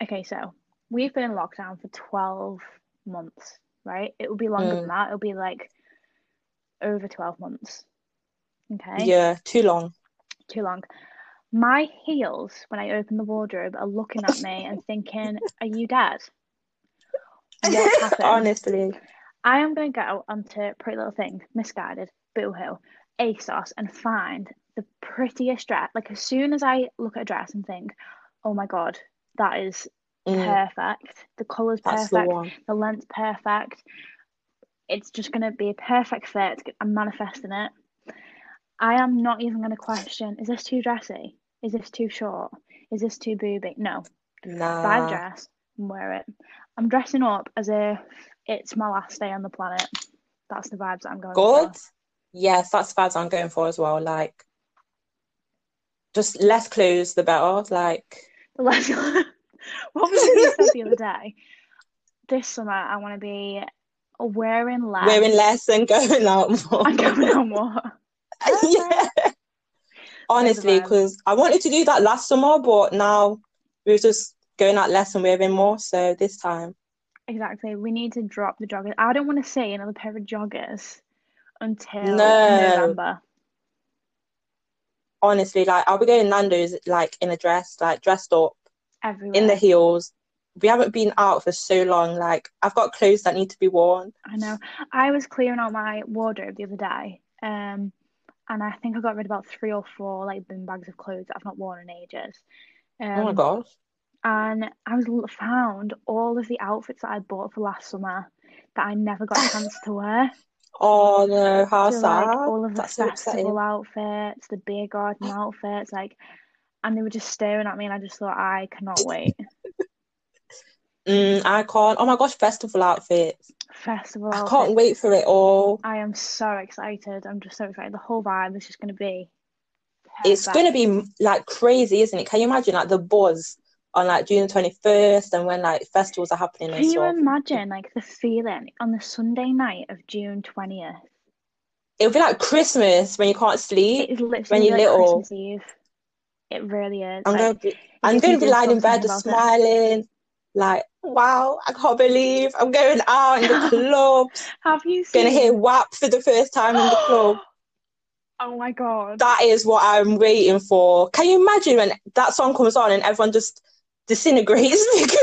Speaker 1: Okay, so we've been in lockdown for 12 months, right? It will be longer
Speaker 2: Mm.
Speaker 1: than that. It'll be like over 12 months. Okay,
Speaker 2: Yeah, too long.
Speaker 1: too long. My heels, when I open the wardrobe, are looking at me and thinking, Are you dead? What happened?
Speaker 2: Honestly,
Speaker 1: I am going to go onto Pretty Little Thing, Misguided, Boohoo, ASOS, and find the prettiest dress. Like, as soon as I look at a dress and think, oh my God, that is
Speaker 2: Mm,
Speaker 1: perfect. The colour's
Speaker 2: that's
Speaker 1: perfect.
Speaker 2: the one.
Speaker 1: The length's perfect. It's just going to be a perfect fit. I'm manifesting it. I am not even going to question is this too dressy? Is this too short? Is this too booby? No. Buy the
Speaker 2: Nah,
Speaker 1: dress and wear it. I'm dressing up as if it's my last day on the planet. That's the vibes that I'm going
Speaker 2: good.
Speaker 1: for.
Speaker 2: Yes, that's the vibes I'm going for as well. Like, just less clothes, the better. Like,
Speaker 1: The last- what was it you said the other day? This summer, I want to be wearing less.
Speaker 2: wearing less and going out more.
Speaker 1: I'm going on more.
Speaker 2: yeah. Honestly,
Speaker 1: vibes.
Speaker 2: because I wanted to do that last summer, but now we were just going out less and wearing more. So this time,
Speaker 1: Exactly. We need to drop the joggers. I don't want to see another pair of joggers until
Speaker 2: No.
Speaker 1: November.
Speaker 2: honestly, like I'll be going Nando's like in a dress, like dressed up
Speaker 1: Everywhere.
Speaker 2: in the heels. We haven't been out for so long. Like I've got clothes that need to be worn.
Speaker 1: I know. I was clearing out my wardrobe the other day, um, and I think I got rid of about three or four like bin bags of clothes that I've not worn in ages. Um,
Speaker 2: oh my gosh.
Speaker 1: And I was l- found all of the outfits that I bought for last summer that I never got a chance to wear.
Speaker 2: Oh no, how
Speaker 1: So
Speaker 2: sad.
Speaker 1: like all of the
Speaker 2: That's so upsetting.
Speaker 1: festival outfits, the beer garden outfits, like, and they were just staring at me, and I just thought, I cannot wait.
Speaker 2: Mm, I can't. Oh my gosh, festival outfits.
Speaker 1: Festival
Speaker 2: I
Speaker 1: outfits.
Speaker 2: can't wait for it all.
Speaker 1: I am so excited. I'm just so excited. The whole vibe is just going to be.
Speaker 2: It's
Speaker 1: perfect.
Speaker 2: going to be like crazy, isn't it? Can you imagine like the buzz on like June 21st and when like festivals are happening and
Speaker 1: Can you
Speaker 2: stuff?
Speaker 1: imagine like the feeling on the Sunday night of June twentieth?
Speaker 2: It'll be like Christmas when you can't
Speaker 1: It
Speaker 2: sleep.
Speaker 1: is literally
Speaker 2: When you're
Speaker 1: like
Speaker 2: little.
Speaker 1: Christmas Eve. It really is.
Speaker 2: I'm
Speaker 1: like,
Speaker 2: going to be, I'm
Speaker 1: gives
Speaker 2: going
Speaker 1: me
Speaker 2: to be lying in
Speaker 1: goosebumps
Speaker 2: bed
Speaker 1: thinking
Speaker 2: just
Speaker 1: about
Speaker 2: smiling, like, wow, I can't believe I'm going out in the clubs.
Speaker 1: it. Have you seen?
Speaker 2: Gonna hear WAP for the first time in the club.
Speaker 1: oh my god!
Speaker 2: That is what I'm waiting for. Can you imagine when that song comes on and everyone just disintegrates because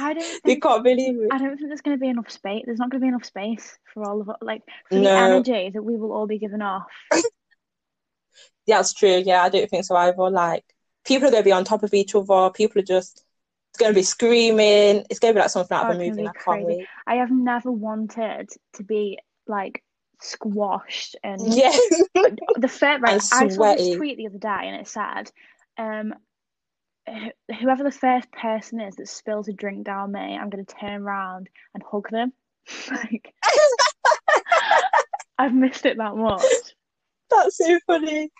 Speaker 1: I don't
Speaker 2: they
Speaker 1: think
Speaker 2: can't believe it?
Speaker 1: I don't think there's going to be enough space. There's not going to be enough space for all of us. Like for the
Speaker 2: No.
Speaker 1: energy that we will all be giving off.
Speaker 2: That's true. Yeah, I don't think so either. Like, people are going to be on top of each other. People are just it's going to be screaming. It's going to be like something out
Speaker 1: Oh,
Speaker 2: of a
Speaker 1: it's gonna
Speaker 2: movie.
Speaker 1: be
Speaker 2: and I can't
Speaker 1: crazy.
Speaker 2: wait.
Speaker 1: I have never wanted to be like squashed and
Speaker 2: Yeah.
Speaker 1: the fair right I
Speaker 2: And
Speaker 1: saw this
Speaker 2: sweaty.
Speaker 1: tweet the other day and it said um wh- whoever the first person is that spills a drink down me I'm going to turn around and hug them like I've missed it that much
Speaker 2: That's so funny.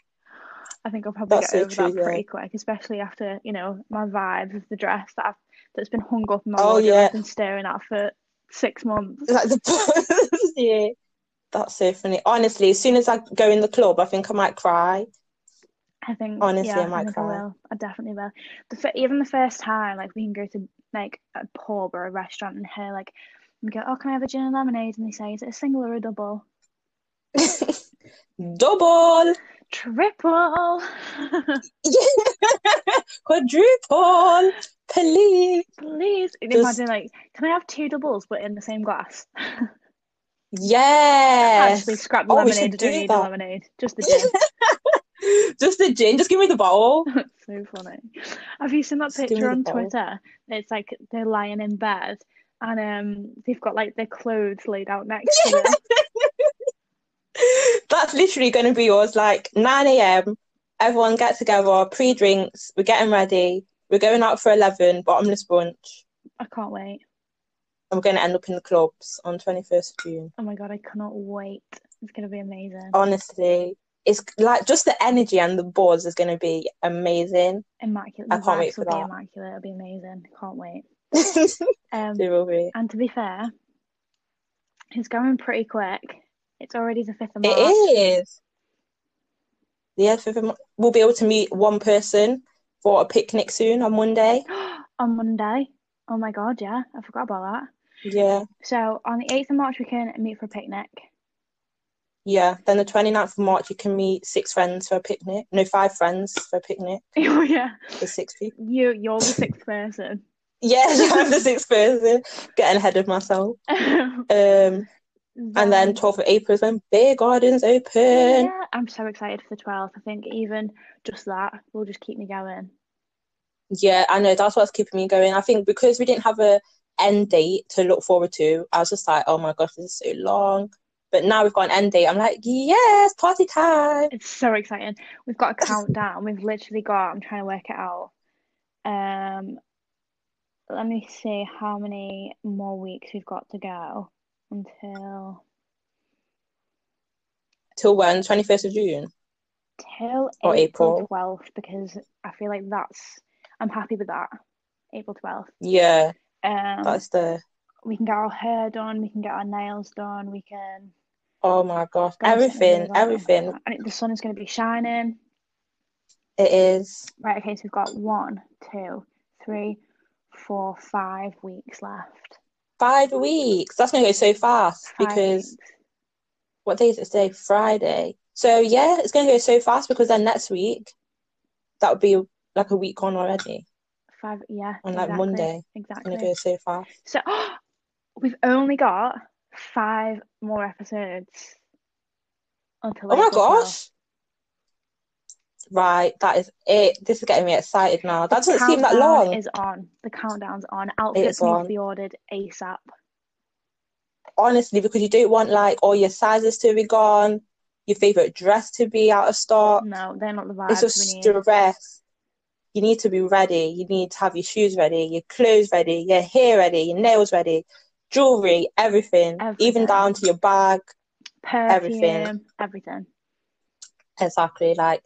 Speaker 1: I think I'll probably
Speaker 2: That's
Speaker 1: get
Speaker 2: so
Speaker 1: over
Speaker 2: true,
Speaker 1: that
Speaker 2: yeah.
Speaker 1: pretty quick especially after you know my vibes of the dress that I've, that's been hung up in my
Speaker 2: Oh,
Speaker 1: wardrobe
Speaker 2: yeah.
Speaker 1: I've been staring at for six months
Speaker 2: Like the buzz. yeah. That's so funny. Honestly, as soon as I go in the club, I think I might cry.
Speaker 1: I think
Speaker 2: Honestly,
Speaker 1: yeah,
Speaker 2: I might
Speaker 1: think I
Speaker 2: cry.
Speaker 1: will. I definitely will. The f- even the first time, like we can go to like a pub or a restaurant and her like we go, oh, can I have a gin and lemonade? And they say, is it a single or a double?
Speaker 2: Double,
Speaker 1: Triple,
Speaker 2: quadruple, please.
Speaker 1: please. And
Speaker 2: Just-
Speaker 1: Imagine like, can I have two doubles but in the same glass?
Speaker 2: Yes.
Speaker 1: Actually, scrap the
Speaker 2: Oh, we
Speaker 1: lemonade.
Speaker 2: should
Speaker 1: I don't
Speaker 2: do
Speaker 1: need the
Speaker 2: that.
Speaker 1: lemonade, just the gin.
Speaker 2: Just the gin. Just give me the bottle.
Speaker 1: so funny. Have you seen that
Speaker 2: Just give me
Speaker 1: picture
Speaker 2: the
Speaker 1: on
Speaker 2: bottle.
Speaker 1: Twitter? It's like they're lying in bed and um they've got like their clothes laid out next to them.
Speaker 2: That's literally going to be yours. Like 9 a.m. Everyone get together, pre drinks. We're getting ready. We're going out for 11, bottomless brunch.
Speaker 1: I can't wait.
Speaker 2: I'm going to end up in the clubs on 21st of June.
Speaker 1: Oh my god, I cannot wait. It's gonna be amazing.
Speaker 2: Oh, Honestly, it's like just the energy and the buzz is going to be amazing.
Speaker 1: Immaculate.
Speaker 2: I
Speaker 1: The
Speaker 2: can't wait
Speaker 1: vibes
Speaker 2: for
Speaker 1: will be
Speaker 2: that.
Speaker 1: immaculate. It'll be amazing. Can't wait. Um,
Speaker 2: They will be.
Speaker 1: and to be fair, it's going pretty quick. It's already the 5th of March.
Speaker 2: It is. Yeah, fifth of Mar- we'll be able to meet one person for a picnic soon on Monday.
Speaker 1: on Monday. Oh my God, yeah. I forgot about that.
Speaker 2: Yeah,
Speaker 1: So on the 8th of March, we can meet for a picnic.
Speaker 2: yeah. Then the 29th of March, you can meet six friends for a picnic. No, five friends for a picnic.
Speaker 1: oh, yeah.
Speaker 2: The six people.
Speaker 1: You, you're the sixth person.
Speaker 2: Yeah, I'm the sixth person. Getting ahead of myself.
Speaker 1: Um,
Speaker 2: Um, and then 12th of April is when Beer Gardens open.
Speaker 1: yeah, I'm so excited for the 12th. I think even just that will just keep me going.
Speaker 2: Yeah, I know that's what's keeping me going. I think because we didn't have a end date to look forward to, I was just like, oh my gosh, this is so long. But now we've got an end date. I'm like, yes, party time.
Speaker 1: It's so exciting. We've got a countdown. We've literally got, I'm trying to work it out. Um, let me see how many more weeks we've got to go until
Speaker 2: Till when? 21st of June.
Speaker 1: till
Speaker 2: Or April.
Speaker 1: 12th because I feel like that's I'm happy with that. April 12th.
Speaker 2: Yeah,
Speaker 1: Um,
Speaker 2: that's the.
Speaker 1: we can get our hair done, we can get our nails done, we can
Speaker 2: Oh my gosh,
Speaker 1: go on something
Speaker 2: everything,
Speaker 1: like that.
Speaker 2: everything.
Speaker 1: And the sun is going to be shining.
Speaker 2: It is.
Speaker 1: Right, okay, so we've got one, two, three, four, five weeks left.
Speaker 2: Five weeks. That's gonna go so fast
Speaker 1: Five
Speaker 2: because
Speaker 1: weeks.
Speaker 2: what day is it today? Friday. So yeah, it's gonna go so fast because then next week, that would be like a week on already.
Speaker 1: Five, yeah.
Speaker 2: On like
Speaker 1: exactly,
Speaker 2: Monday, it's
Speaker 1: Exactly.
Speaker 2: gonna go so fast.
Speaker 1: So we've only got five more episodes until.
Speaker 2: Oh my
Speaker 1: April 12th.
Speaker 2: gosh. Right, that is it. This is getting me excited now. That doesn't seem that
Speaker 1: Countdown
Speaker 2: long.
Speaker 1: Is on the countdown's on. Outfits need
Speaker 2: on.
Speaker 1: to be ordered asap.
Speaker 2: Honestly, because you don't want like all your sizes to be gone, your favorite dress to be out of stock.
Speaker 1: No, they're not the vibes
Speaker 2: Oh, It's just
Speaker 1: we need.
Speaker 2: stress. You need to be ready. You need to have your shoes ready, your clothes ready, your hair ready, your nails ready, jewelry, everything,
Speaker 1: Everything.
Speaker 2: even down to your bag.
Speaker 1: Perfume,
Speaker 2: everything.
Speaker 1: everything. everything.
Speaker 2: Exactly. Like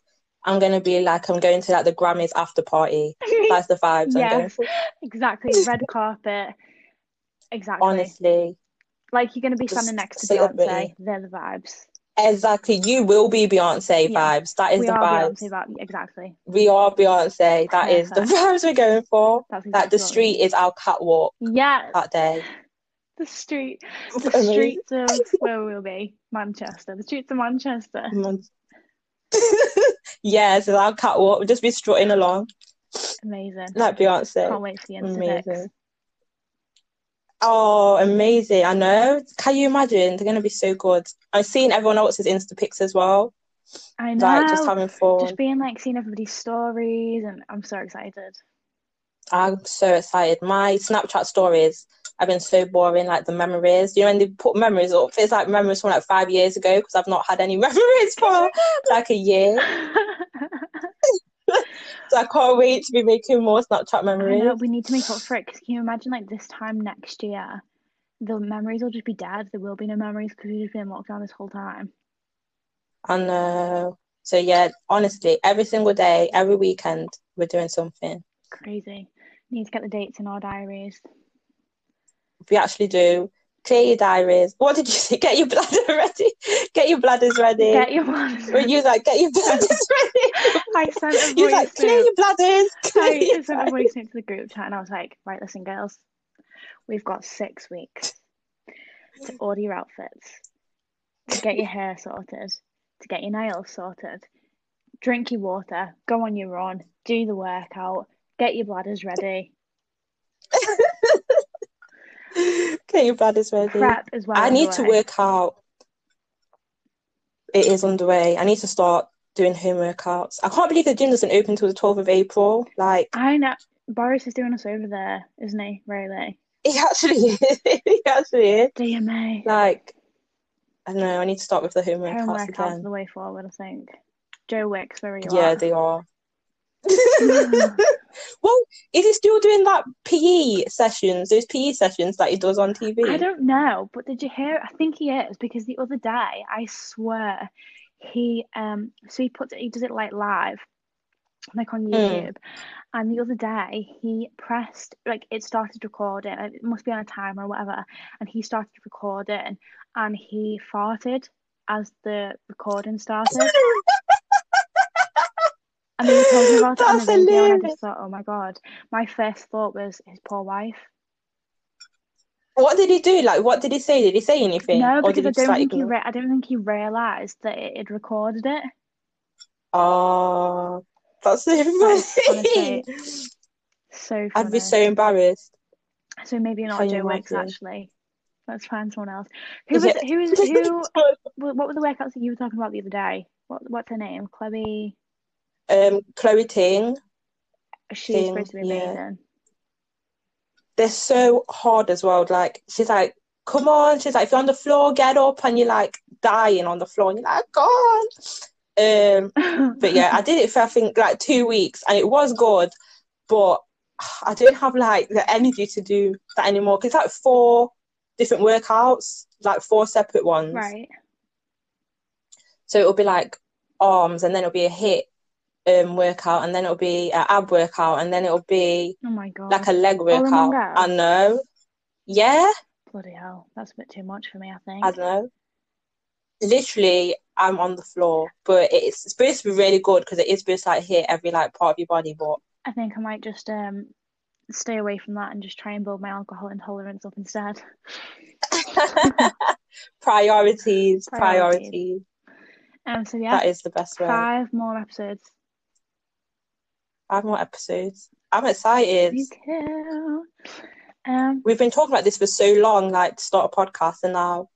Speaker 2: I'm gonna be like I'm going to like the Grammys after party. That's the vibes I'm going
Speaker 1: Yes.
Speaker 2: for.
Speaker 1: exactly. Red carpet. Exactly.
Speaker 2: Honestly.
Speaker 1: Like you're gonna be
Speaker 2: Just
Speaker 1: standing next to
Speaker 2: sit up,
Speaker 1: Beyonce.
Speaker 2: really.
Speaker 1: They're the vibes.
Speaker 2: Exactly. You will be Beyonce
Speaker 1: Yeah.
Speaker 2: vibes. That is
Speaker 1: we
Speaker 2: the
Speaker 1: are
Speaker 2: vibes.
Speaker 1: Beyonce vibe. Exactly.
Speaker 2: We are Beyonce. That is the vibes we're going for.
Speaker 1: That's exactly
Speaker 2: Like the
Speaker 1: what we
Speaker 2: street
Speaker 1: need.
Speaker 2: is our catwalk
Speaker 1: Yeah.
Speaker 2: that day.
Speaker 1: The street. the
Speaker 2: Amazing.
Speaker 1: streets of where we'll be, Manchester. The streets of Manchester.
Speaker 2: Man- yeah, so our catwalk. We'll just be strutting along
Speaker 1: Amazing.
Speaker 2: like Beyonce.
Speaker 1: Can't wait for the
Speaker 2: Amazing.
Speaker 1: Insta
Speaker 2: Oh, amazing. I know. Can you imagine? They're going to be so good. I've seen everyone else's Insta pics as well.
Speaker 1: I know.
Speaker 2: Like, just having fun.
Speaker 1: Just being like seeing everybody's stories, and I'm so excited.
Speaker 2: I'm so excited. My Snapchat stories have been so boring, like the memories. You know, when they put memories up, it's like memories from like five years ago because I've not had any memories for like a year. So I can't wait to be making more Snapchat
Speaker 1: I know
Speaker 2: memories.
Speaker 1: we need to make up for it because can you imagine like this time next year, the memories will just be dead. There will be no memories because we've just been locked down this whole time.
Speaker 2: And uh, so, yeah, honestly, every single day, every weekend, we're doing something.
Speaker 1: Crazy. Need to get the dates in our diaries.
Speaker 2: We actually do. Clear your diaries. What did you say? Get your bladder ready. Get your bladders ready.
Speaker 1: Get your ones.
Speaker 2: When you like, get your bladders ready.
Speaker 1: I sent a
Speaker 2: You're
Speaker 1: voice
Speaker 2: like, clear
Speaker 1: note.
Speaker 2: your bladders. Clear
Speaker 1: I
Speaker 2: your
Speaker 1: just sent a voice note to the group chat and I was like, right, listen, girls, we've got six weeks to order your outfits, to get your hair sorted, to get your nails sorted, drink your water, go on your run, do the workout, get your bladders ready,
Speaker 2: Get your bladders ready.
Speaker 1: prep as well.
Speaker 2: I need to
Speaker 1: underway.
Speaker 2: work out. It is underway. I need to start doing home workouts. I can't believe the gym doesn't open till the 12th of April. Like,
Speaker 1: I know. Boris is doing us over there, isn't he? Really?
Speaker 2: it actually is. it actually is.
Speaker 1: DMA.
Speaker 2: Like, I don't know. I need to start with the home
Speaker 1: Home
Speaker 2: workouts
Speaker 1: workouts are
Speaker 2: again.
Speaker 1: the way forward, I think. Joe Wicks, where are Mm. you
Speaker 2: Yeah,
Speaker 1: at?
Speaker 2: they are. well, is he still doing that PE sessions, those PE sessions that he does on TV?
Speaker 1: I don't know, but did you hear? I think he is because the other day, I swear,
Speaker 2: Hmm.
Speaker 1: he um so he puts it, he does it like live, like on YouTube, And the other day, he pressed, like, it started recording. and It must be on a timer or whatever. And he started recording and he farted as the recording started. And then he told me about it on the
Speaker 2: That's
Speaker 1: video. And I
Speaker 2: hilarious.
Speaker 1: just thought, oh my God. My first thought was his poor wife.
Speaker 2: What did he do? Like, what did he say? Did he say anything?
Speaker 1: No,
Speaker 2: or
Speaker 1: because
Speaker 2: did
Speaker 1: I
Speaker 2: he just
Speaker 1: don't
Speaker 2: like
Speaker 1: think he
Speaker 2: ignore?
Speaker 1: re- I don't think he realised that it had recorded it.
Speaker 2: Oh, that's so
Speaker 1: is
Speaker 2: funny.
Speaker 1: So
Speaker 2: I'd be
Speaker 1: funny.
Speaker 2: so embarrassed.
Speaker 1: So maybe not
Speaker 2: Can
Speaker 1: a
Speaker 2: you
Speaker 1: Joe Wicks
Speaker 2: imagine?
Speaker 1: actually. Let's find someone else. Who
Speaker 2: Is
Speaker 1: was
Speaker 2: it-
Speaker 1: who is who what were the workouts that you were talking about the other day? What what's her name? Chloe
Speaker 2: um, Chloe Ting,
Speaker 1: she's
Speaker 2: Ting,
Speaker 1: supposed to be
Speaker 2: yeah.
Speaker 1: amazing.
Speaker 2: they're so hard as well. Like, she's like, come on. She's like, if you're on the floor, get up. And you're like dying on the floor. And you're like, God. Um, but yeah, I did it for I think like two weeks and it was good, but I don't have like the energy to do that anymore. 'Cause it's like four different workouts, like four separate ones.
Speaker 1: right.
Speaker 2: So it'll be like arms and then it'll be a hit um workout and then it'll be an ab workout and then it'll be
Speaker 1: Oh my god.
Speaker 2: like a leg
Speaker 1: in one
Speaker 2: workout.
Speaker 1: go?
Speaker 2: I know. Yeah,
Speaker 1: Bloody hell. That's a bit too much for me, I think.
Speaker 2: I know. Literally, I'm on the floor, but it's supposed to be really good because it is supposed to like hit every like part of your body, but
Speaker 1: I think I might just um stay away from that and just try and build my alcohol intolerance up instead.
Speaker 2: priorities, priorities.
Speaker 1: Priorities. Um so yeah,
Speaker 2: That is the best way. i
Speaker 1: five more episodes.
Speaker 2: Five more episodes. I'm excited.
Speaker 1: Me too. Um
Speaker 2: We've been talking about this for so long, like to start a podcast, and now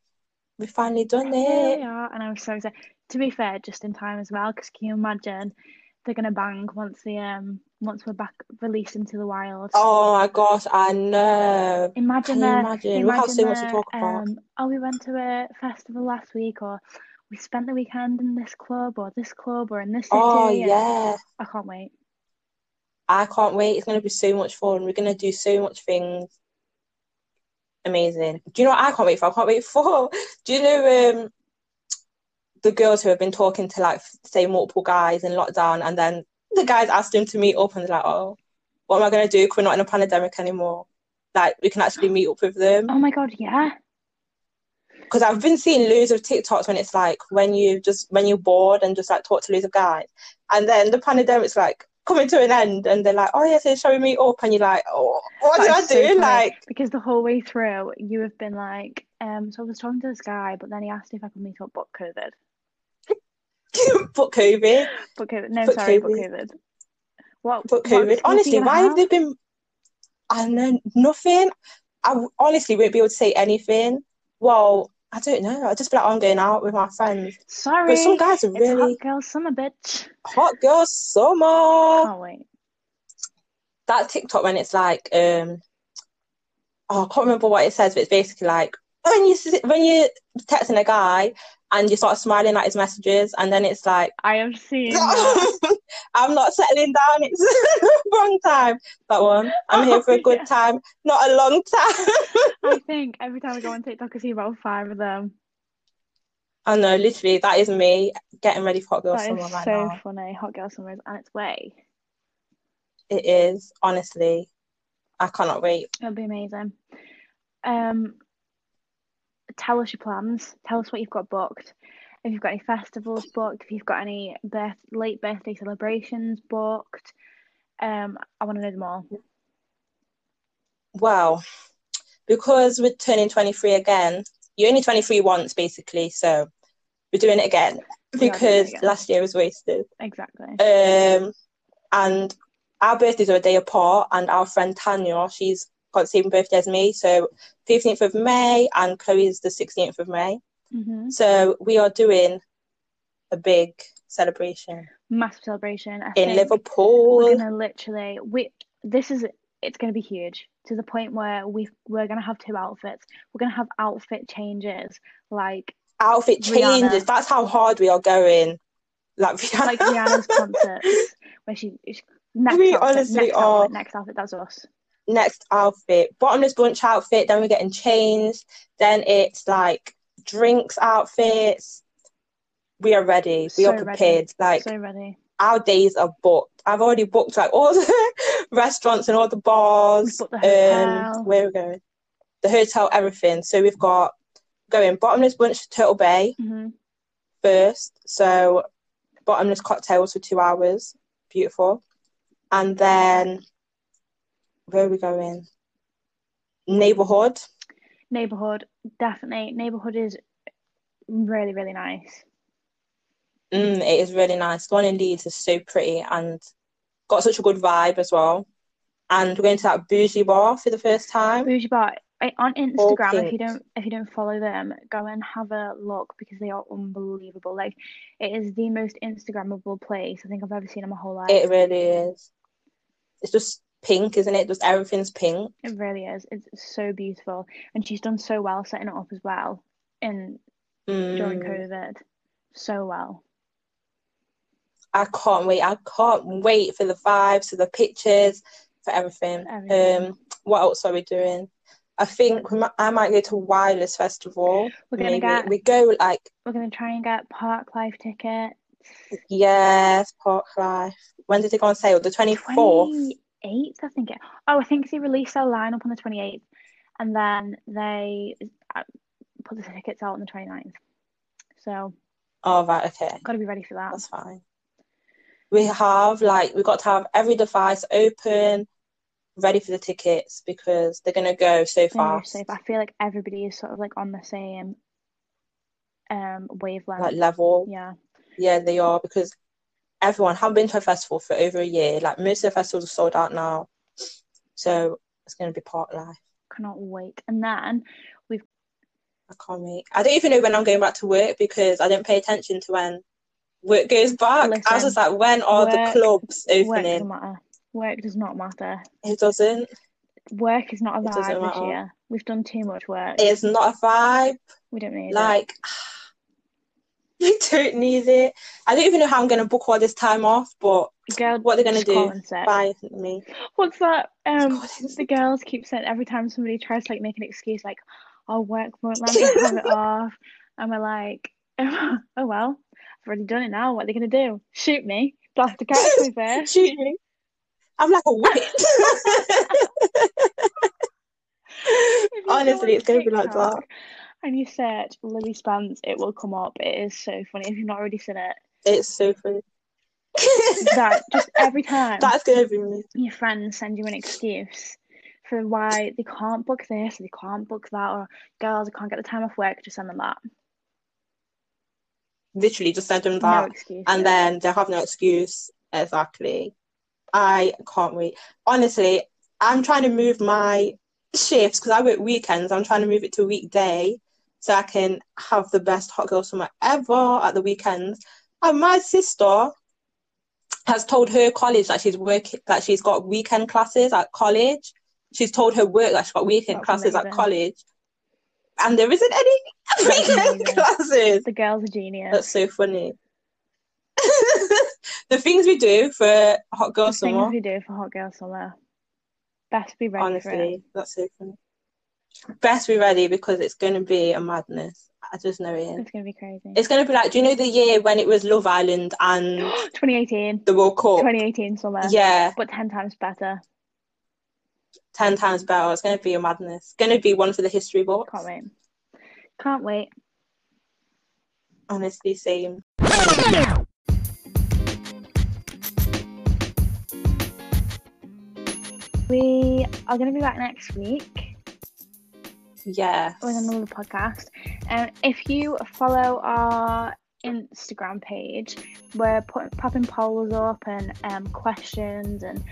Speaker 2: we've finally done
Speaker 1: Here we
Speaker 2: it.
Speaker 1: are, and I'm so excited. To be fair, just in time as well, because can you imagine they're gonna bang once the um once we're back released into the wild.
Speaker 2: Oh my gosh, I know.
Speaker 1: imagine
Speaker 2: Can you
Speaker 1: the
Speaker 2: imagine? We have
Speaker 1: imagine
Speaker 2: so much to
Speaker 1: the,
Speaker 2: talk about.
Speaker 1: Um, oh, we went to a festival last week, or we spent the weekend in this club, or this club, or in this city.
Speaker 2: Oh
Speaker 1: and-
Speaker 2: yeah.
Speaker 1: I can't wait.
Speaker 2: I can't wait. It's gonna be so much fun. We're gonna do so much things. Amazing. Do you know what I can't wait for? I can't wait for. Do you know um the girls who have been talking to like say multiple guys in lockdown, and then the guys asked them to meet up, and they're like, "Oh, what am I gonna do? 'Cause We're not in a pandemic anymore. Like we can actually meet up with them."
Speaker 1: Oh my god, yeah.
Speaker 2: Because I've been seeing loads of TikToks when it's like when you just when you're bored and just like talk to loads of guys, and then the pandemic's like coming to an end, and they're like, "Oh yeah, so shall we meet up?" And you're like, "Oh, what
Speaker 1: That
Speaker 2: did I
Speaker 1: is so
Speaker 2: do?"
Speaker 1: funny,
Speaker 2: Like.
Speaker 1: because the whole way through you have been like, um, so I was talking to this guy, but then he asked if I could meet up, but COVID.
Speaker 2: but COVID,
Speaker 1: But COVID. No,
Speaker 2: But
Speaker 1: sorry, but
Speaker 2: COVID.
Speaker 1: COVID. What? what
Speaker 2: but COVID.
Speaker 1: excuse are you
Speaker 2: Honestly,
Speaker 1: gonna
Speaker 2: why have
Speaker 1: have?
Speaker 2: they been? I know nothing. I w- honestly won't be able to say anything. Well, I don't know. I'll just be like, "Oh, I'm going out with my friends.
Speaker 1: Sorry,
Speaker 2: But some guys are
Speaker 1: it's hot
Speaker 2: really
Speaker 1: girl summer, bitch.
Speaker 2: hot girl summer.
Speaker 1: Can't wait.
Speaker 2: That TikTok when it's like, um, oh, I can't remember what it says, but it's basically like when you s- when you're texting a guy and you start smiling at his messages, and then it's like.
Speaker 1: I have seen. that.
Speaker 2: I'm not settling down. It's wrong time. That one. I'm here for
Speaker 1: Oh,
Speaker 2: a good
Speaker 1: yeah.
Speaker 2: time, not a long time.
Speaker 1: I think every time I go on TikTok, I see about five of them.
Speaker 2: I know, literally, that is me getting ready for Hot Girl
Speaker 1: That
Speaker 2: Summer
Speaker 1: is
Speaker 2: right
Speaker 1: so
Speaker 2: now.
Speaker 1: funny. Hot girl summer is on its way.
Speaker 2: It is honestly, I cannot wait.
Speaker 1: It'll be amazing. Um, tell us your plans. Tell us what you've got booked. If you've got any festivals booked, if you've got any birth late birthday celebrations booked. Um, I want to know them all.
Speaker 2: Well, because we're turning 23 again. You're only 23 once, basically, so we're doing it again
Speaker 1: We are doing it
Speaker 2: because
Speaker 1: again.
Speaker 2: last year was wasted.
Speaker 1: Exactly.
Speaker 2: Um, and our birthdays are a day apart, and our friend Tanya, she's got the same birthday as me, so 15th of May, and Chloe's the 16th of May.
Speaker 1: hmm
Speaker 2: So we are doing a big celebration
Speaker 1: Massive celebration. I
Speaker 2: in
Speaker 1: think we're
Speaker 2: Liverpool.
Speaker 1: gonna literally we this is it's gonna be huge to the point where we we're gonna have two outfits. We're gonna have outfit changes like
Speaker 2: Outfit changes,
Speaker 1: Rihanna.
Speaker 2: that's how hard we are going. Like, Rihanna.
Speaker 1: like Rihanna's concerts where she, she next
Speaker 2: We
Speaker 1: outfit,
Speaker 2: honestly
Speaker 1: next
Speaker 2: are.
Speaker 1: outfit, next outfit. That's us.
Speaker 2: next outfit, bottomless brunch outfit, then we're getting changed, then it's like drinks outfits. We are ready. We
Speaker 1: So
Speaker 2: are
Speaker 1: ready.
Speaker 2: prepared. Like
Speaker 1: so ready.
Speaker 2: our days are booked. I've already booked like all the restaurants and all the bars.
Speaker 1: We've booked the hotel.
Speaker 2: um, where we're going, the hotel, everything. So we've got going bottomless brunch to Turtle Bay
Speaker 1: hmm
Speaker 2: first. So bottomless cocktails for two hours. Beautiful. And then where are we going? Neighborhood.
Speaker 1: Neighborhood, definitely. Neighborhood is really, really nice.
Speaker 2: Mm, it is really nice. The one in Leeds is so pretty and got such a good vibe as well. And we're going to that bougie bar for the first time.
Speaker 1: Bougie Bar I- on
Speaker 2: All
Speaker 1: Instagram. If you
Speaker 2: pink.
Speaker 1: don't, if you don't follow them, go and have a look because they are unbelievable. Like it is the most Instagrammable place I think I've ever seen in my whole life.
Speaker 2: It really is. It's just pink, isn't it? Just everything's pink.
Speaker 1: It really is. It's so beautiful, and she's done so well setting it up as well in during
Speaker 2: Mm,
Speaker 1: COVID. So well.
Speaker 2: I can't wait. I can't wait for the vibes, for the pictures, for everything.
Speaker 1: Everything.
Speaker 2: Um, what else are we doing? I think we might, I might go to Wireless Festival.
Speaker 1: We're gonna
Speaker 2: Maybe
Speaker 1: get.
Speaker 2: we go like
Speaker 1: We're gonna try and get Park Life tickets.
Speaker 2: yes, Park Life. When did it go on sale? The twenty fourth.
Speaker 1: Twenty eighth, I think it. Oh, I think they released their lineup on the twenty eighth, and then they uh, put the tickets out on the 29th. So
Speaker 2: Oh right, okay,
Speaker 1: gotta be ready for that.
Speaker 2: that's fine. We have like we got to have every device open, ready for the tickets because they're gonna go so
Speaker 1: Then you're
Speaker 2: fast,
Speaker 1: safe. I feel like everybody is sort of like on the same um wavelength.
Speaker 2: like level.
Speaker 1: yeah,
Speaker 2: Yeah, they are because everyone haven't been to a festival for over a year. Like most of the festivals are sold out now, so it's gonna be part life.
Speaker 1: cannot wait. And then
Speaker 2: I can't wait. I don't even know when I'm going back to work because I didn't pay attention to when work goes back. I was
Speaker 1: Listen,
Speaker 2: just like, when are the
Speaker 1: work-
Speaker 2: clubs
Speaker 1: work doesn't
Speaker 2: opening?
Speaker 1: matter. Work does not matter.
Speaker 2: It doesn't.
Speaker 1: Work is not a
Speaker 2: It doesn't
Speaker 1: vibe this
Speaker 2: matter.
Speaker 1: year. We've done too much work.
Speaker 2: It's not a vibe.
Speaker 1: We don't need it.
Speaker 2: Like I don't need it. I don't even know how I'm gonna book all this time off, but
Speaker 1: Girl,
Speaker 2: what they're gonna
Speaker 1: just
Speaker 2: do?
Speaker 1: call and sick.
Speaker 2: Fire me.
Speaker 1: What's that? Um,
Speaker 2: Just
Speaker 1: the
Speaker 2: call
Speaker 1: girls keep saying every time somebody tries to like make an excuse, like, "Oh, work won't let me
Speaker 2: in
Speaker 1: have
Speaker 2: sick.
Speaker 1: it off," and we're like, "Oh well, I've already done it now. What are they gonna do? Shoot me? They'll have to catch me first."
Speaker 2: Shoot me. I'm like a witch.
Speaker 1: If you go
Speaker 2: Honestly,
Speaker 1: on
Speaker 2: it's gonna be like
Speaker 1: TikTok
Speaker 2: that.
Speaker 1: and you search Lily Spence, it will come up. It is so funny if you've not already seen it.
Speaker 2: It's so funny.
Speaker 1: That just every time
Speaker 2: That's gonna be me.
Speaker 1: your friends send you an excuse for why they can't book this, they can't book that, or girls, I can't get the time off work. Just send them that.
Speaker 2: Literally, just send them
Speaker 1: No
Speaker 2: that,
Speaker 1: excuses.
Speaker 2: and then they have no excuse. Exactly. I can't wait. Honestly, I'm trying to move my shifts because I work weekends. I'm trying to move it to weekday so I can have the best hot girl summer ever at the weekends. And my sister has told her college that she's working that she's got weekend classes at college. She's told her work that she's got weekend
Speaker 1: That's
Speaker 2: classes at
Speaker 1: amazing.
Speaker 2: college, and there isn't any
Speaker 1: That's
Speaker 2: weekend
Speaker 1: amazing.
Speaker 2: classes.
Speaker 1: The girl's a
Speaker 2: That's
Speaker 1: genius.
Speaker 2: so funny. the things we do for hot girl
Speaker 1: The things
Speaker 2: summer.
Speaker 1: we do for Hot Girl Summer. Best be ready for it.
Speaker 2: Honestly, that's so funny. Best be ready because it's going to be a madness. I just know it is.
Speaker 1: It's gonna be crazy.
Speaker 2: It's going to be like, do you know the year when it was Love Island and
Speaker 1: 2018.
Speaker 2: the World Cup?
Speaker 1: 2018 summer.
Speaker 2: Oh. Yeah,
Speaker 1: But 10 times better.
Speaker 2: 10 times better. It's going to be a madness. It's going to be one for the history
Speaker 1: Can't
Speaker 2: books.
Speaker 1: wait. Can't wait.
Speaker 2: Honestly, same.
Speaker 1: We are gonna be back next week with
Speaker 2: Yes.
Speaker 1: another podcast. Um, if you follow our Instagram page, we're putting popping polls up and um, questions and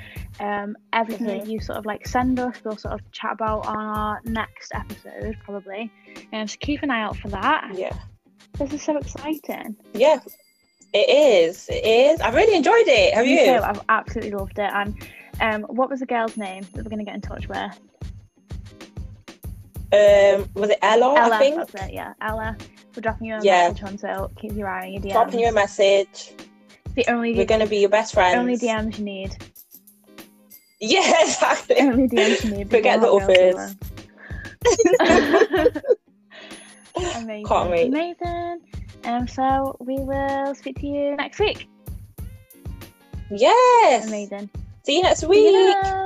Speaker 1: um, everything
Speaker 2: Mm-hmm.
Speaker 1: that you sort of like send us. We'll sort of chat about on our next episode probably. Um, so keep an eye out for that.
Speaker 2: Yeah.
Speaker 1: This is so exciting.
Speaker 2: Yeah, it is. It is. I've really enjoyed it. Have
Speaker 1: Me
Speaker 2: you?
Speaker 1: too. I've absolutely loved it. And um, what was the girl's name that we're gonna get in touch with?
Speaker 2: Um, was it Ella,
Speaker 1: Ella.
Speaker 2: I think?
Speaker 1: That's it. Yeah, Ella. We're dropping you a
Speaker 2: Yeah.
Speaker 1: message on, so keep your eye on your DMs.
Speaker 2: Dropping you a message.
Speaker 1: the only
Speaker 2: We're going to be your best friends.
Speaker 1: only DMs you need.
Speaker 2: Yeah, exactly.
Speaker 1: Only DMs you need.
Speaker 2: Forget
Speaker 1: before
Speaker 2: the
Speaker 1: Hot
Speaker 2: offers.
Speaker 1: Girl Summer. Amazing.
Speaker 2: Can't wait.
Speaker 1: Amazing. Um, so we will speak to you next week.
Speaker 2: Yes.
Speaker 1: Amazing.
Speaker 2: See you next week.
Speaker 1: Yeah.